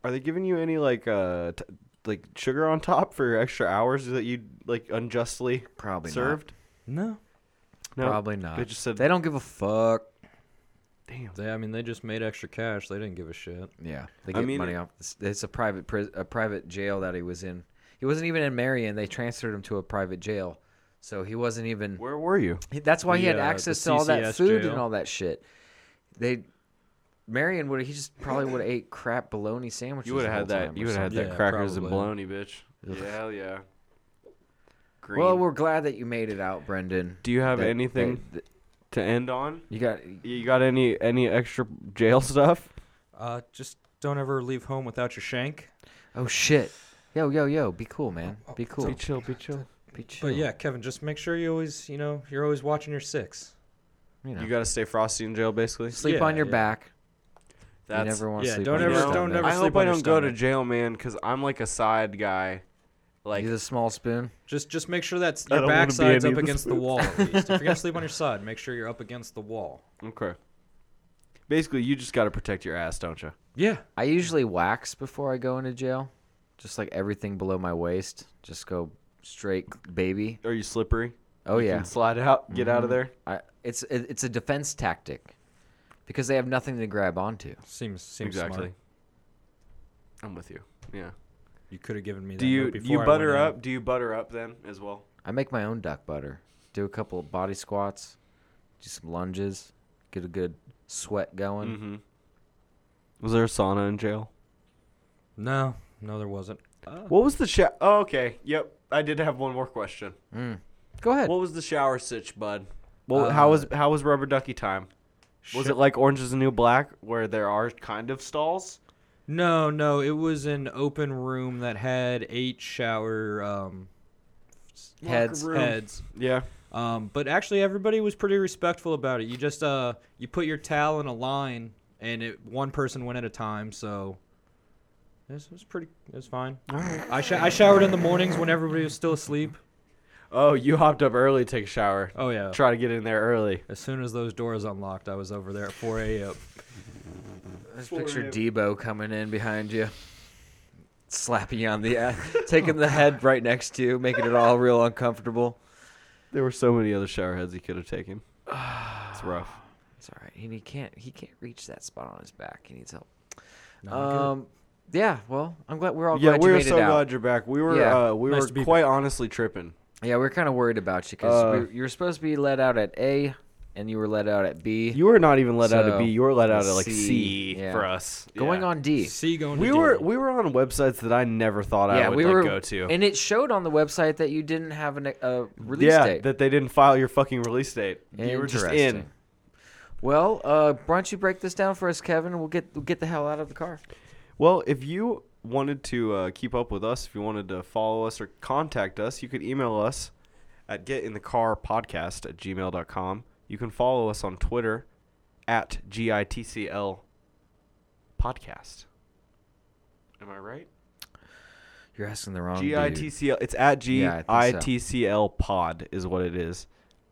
S4: are they giving you any like uh t- like sugar on top for extra hours that you like unjustly
S3: Probably not.
S4: served?
S5: No.
S4: No.
S3: Probably not.
S4: They just said
S3: They don't give a fuck.
S4: damn.
S5: They, I mean, they just made extra cash. They didn't give a shit.
S3: Yeah, they
S4: I
S3: get
S4: mean,
S3: money
S4: it-
S3: off. It's, it's a private pris a private jail that he was in. He wasn't even in Marion. They transferred him to a private jail, so he wasn't even.
S4: Where were you?
S3: he- That's why he had
S5: The, uh,
S3: access
S5: the
S3: to all that
S5: CCS
S3: food
S5: jail.
S3: and all that shit. They, Marion would he just probably would have ate crap bologna sandwiches.
S4: You would
S3: the
S4: have had
S3: whole
S4: that.
S3: time
S4: You
S3: or
S4: would have had
S3: something.
S4: that
S5: Yeah,
S4: crackers
S5: probably.
S4: and bologna, bitch. Yeah, hell yeah. Green.
S3: Well, we're glad that you made it out, Brendan.
S4: do you have
S3: That-
S4: anything to end on?
S3: You got
S4: You got any any extra jail stuff?
S5: Uh, just don't ever leave home without your shank.
S3: oh shit. Yo yo yo, be cool, man. Be cool. Be chill. Be chill. Be chill.
S5: But yeah, Kevin, just make sure you always, you know, you're always watching your six.
S3: you know,
S4: You got to stay frosty in jail basically.
S3: sleep
S5: yeah,
S3: on your
S5: yeah.
S3: back.
S4: That's
S3: you never want to
S5: yeah,
S3: sleep.
S5: don't
S3: on
S5: ever-
S3: your stomach.
S5: don't ever
S4: I
S5: sleep
S4: hope
S5: on
S4: I
S5: your
S4: don't go to
S5: stomach.
S4: jail, man, because I'm like a side guy. Like,
S3: You're the small spoon.
S5: Just just make sure that's
S4: I
S5: your
S4: don't wanna be
S5: backside's
S4: any
S5: up
S4: of the
S5: against the wall. At least. If you're gonna sleep on your side, make sure you're up against the wall.
S4: okay. Basically, you just got to protect your ass, don't you?
S5: Yeah.
S3: I usually wax before I go into jail. Just like everything below my waist. Just go straight baby.
S4: Are you slippery?
S3: Oh
S4: You
S3: yeah.
S4: can slide out, get out of there.
S3: I, it's it, it's a defense tactic because they have nothing to grab onto.
S5: Seems seems smart.
S4: I'm with you. Yeah.
S5: You could have given me that.
S4: Do you
S5: note
S4: do
S5: before
S4: you
S5: I
S4: butter
S5: went in.
S4: up? Do you butter up then as well?
S3: I make my own duck butter. Do a couple of body squats, do some lunges, get a good sweat going.
S4: Mm-hmm. Was there a sauna in jail?
S5: No, no, there wasn't.
S4: What was the shower? Oh, okay. Yep. I did have one more question.
S3: Go ahead.
S4: What was the shower sitch, bud? Well,
S3: Uh,
S4: how was how was rubber ducky time? Was it like Orange is the New Black, where there are kind of stalls?
S5: No, no, it was an open room that had eight shower um,
S3: Heads.
S4: room.
S5: heads.
S4: Yeah.
S5: Um, but actually, everybody was pretty respectful about it. You just uh, you put your towel in a line, and it one person went at a time. So this was pretty. It was fine. I sho- I showered in the mornings when everybody was still asleep.
S4: Oh, you hopped up early, to take a shower,
S5: Oh yeah.
S4: try to get in there early.
S5: As soon as those doors unlocked, I was over there at 4 a.m.
S3: I just picture Debo coming in behind you, slapping you on the ass, taking the head right next to you, making it all real uncomfortable.
S4: There were so many other shower heads he could have taken. It's rough.
S3: It's all right. And he can't he can't reach that spot on his back. He needs help.
S5: No, I'm good.
S3: Um, yeah. Well, I'm glad we're all
S4: Yeah,
S3: glad
S4: we
S3: you
S4: were
S3: made
S4: so
S3: it out.
S4: glad you're back. We were
S3: Yeah.
S4: uh, we
S5: Nice to
S4: were
S5: be
S4: quite honestly tripping.
S3: Yeah, we were kind of worried about you because
S4: Uh,
S3: you were supposed to be let out at A, and you were let out at B.
S4: You were not even let out of B.
S3: So,
S4: You were let out of like
S3: C,
S4: C,
S3: yeah.
S4: for us.
S3: going
S4: Yeah.
S3: on D.
S5: C going to
S4: We
S5: D.
S4: were we were on websites that I never thought I
S3: yeah,
S4: would
S3: we
S4: like,
S3: were
S4: go to.
S3: and it showed on the website that you didn't have an, a release
S4: yeah,
S3: date.
S4: that they didn't file your fucking release date. You were just in.
S3: Interesting. Well, uh, why don't you break this down for us, Kevin? and We'll get we'll get the hell out of the car.
S4: Well, if you wanted to uh, keep up with us, if you wanted to follow us or contact us, you could email us at getinthecarpodcast at gmail.com. You can follow us on Twitter at GITCL podcast. Am I right?
S3: You're asking the wrong Um, dude.
S4: GITCL. It's at
S3: Yeah, I think so.
S4: GITCL pod is what it is.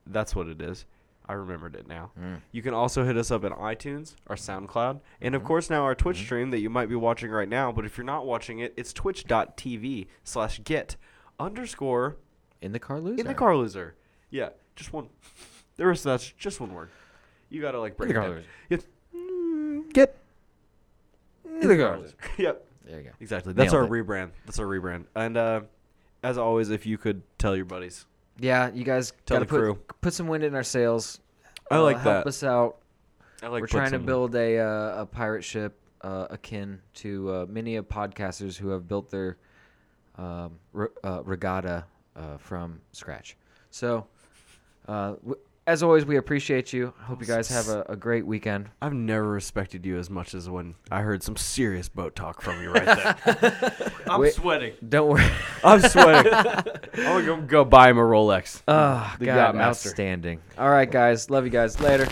S4: That's what it is. I remembered it
S3: Mm.
S4: now.
S3: Hmm.
S4: You can also hit us up on iTunes, our SoundCloud,
S3: Mm-hmm.
S4: and of course now our Twitch stream that you might be watching right now. But if you're not watching it, it's twitch.tv slash get underscore
S3: in the car loser.
S4: in the car loser. Yeah, just one. The rest of that's just one word. You gotta like break
S3: the
S4: it
S3: car
S4: down.
S3: loser.
S4: Yes. Mm, Get.
S3: in the car loser.
S4: Yep.
S3: There you go.
S4: Exactly. That's
S3: Nailed
S4: our rebrand. That's our rebrand. And uh, as always, if you could tell your buddies.
S3: Yeah, you guys
S4: Tell
S3: gotta
S4: the
S3: put,
S4: crew.
S3: put some wind in our sails. Uh,
S4: I like
S3: help
S4: that.
S3: us out.
S4: I like
S3: We're
S4: put
S3: trying to
S4: some-
S3: build a uh, a pirate ship. uh, akin to uh, many of podcasters who have built their um, re- uh, regatta uh, from scratch. So, uh, w- as always, we appreciate you. Hope you guys have a, a great weekend.
S4: I've never respected you as much as when I heard some serious boat talk from you right there.
S10: I'm
S3: Wait.
S10: sweating.
S3: Don't worry.
S4: I'm sweating. Ah, I'm gonna go, go buy him a Rolex.
S3: Oh,
S4: The
S3: God,
S4: yacht master.
S3: outstanding. All right, guys. Love you guys. Later.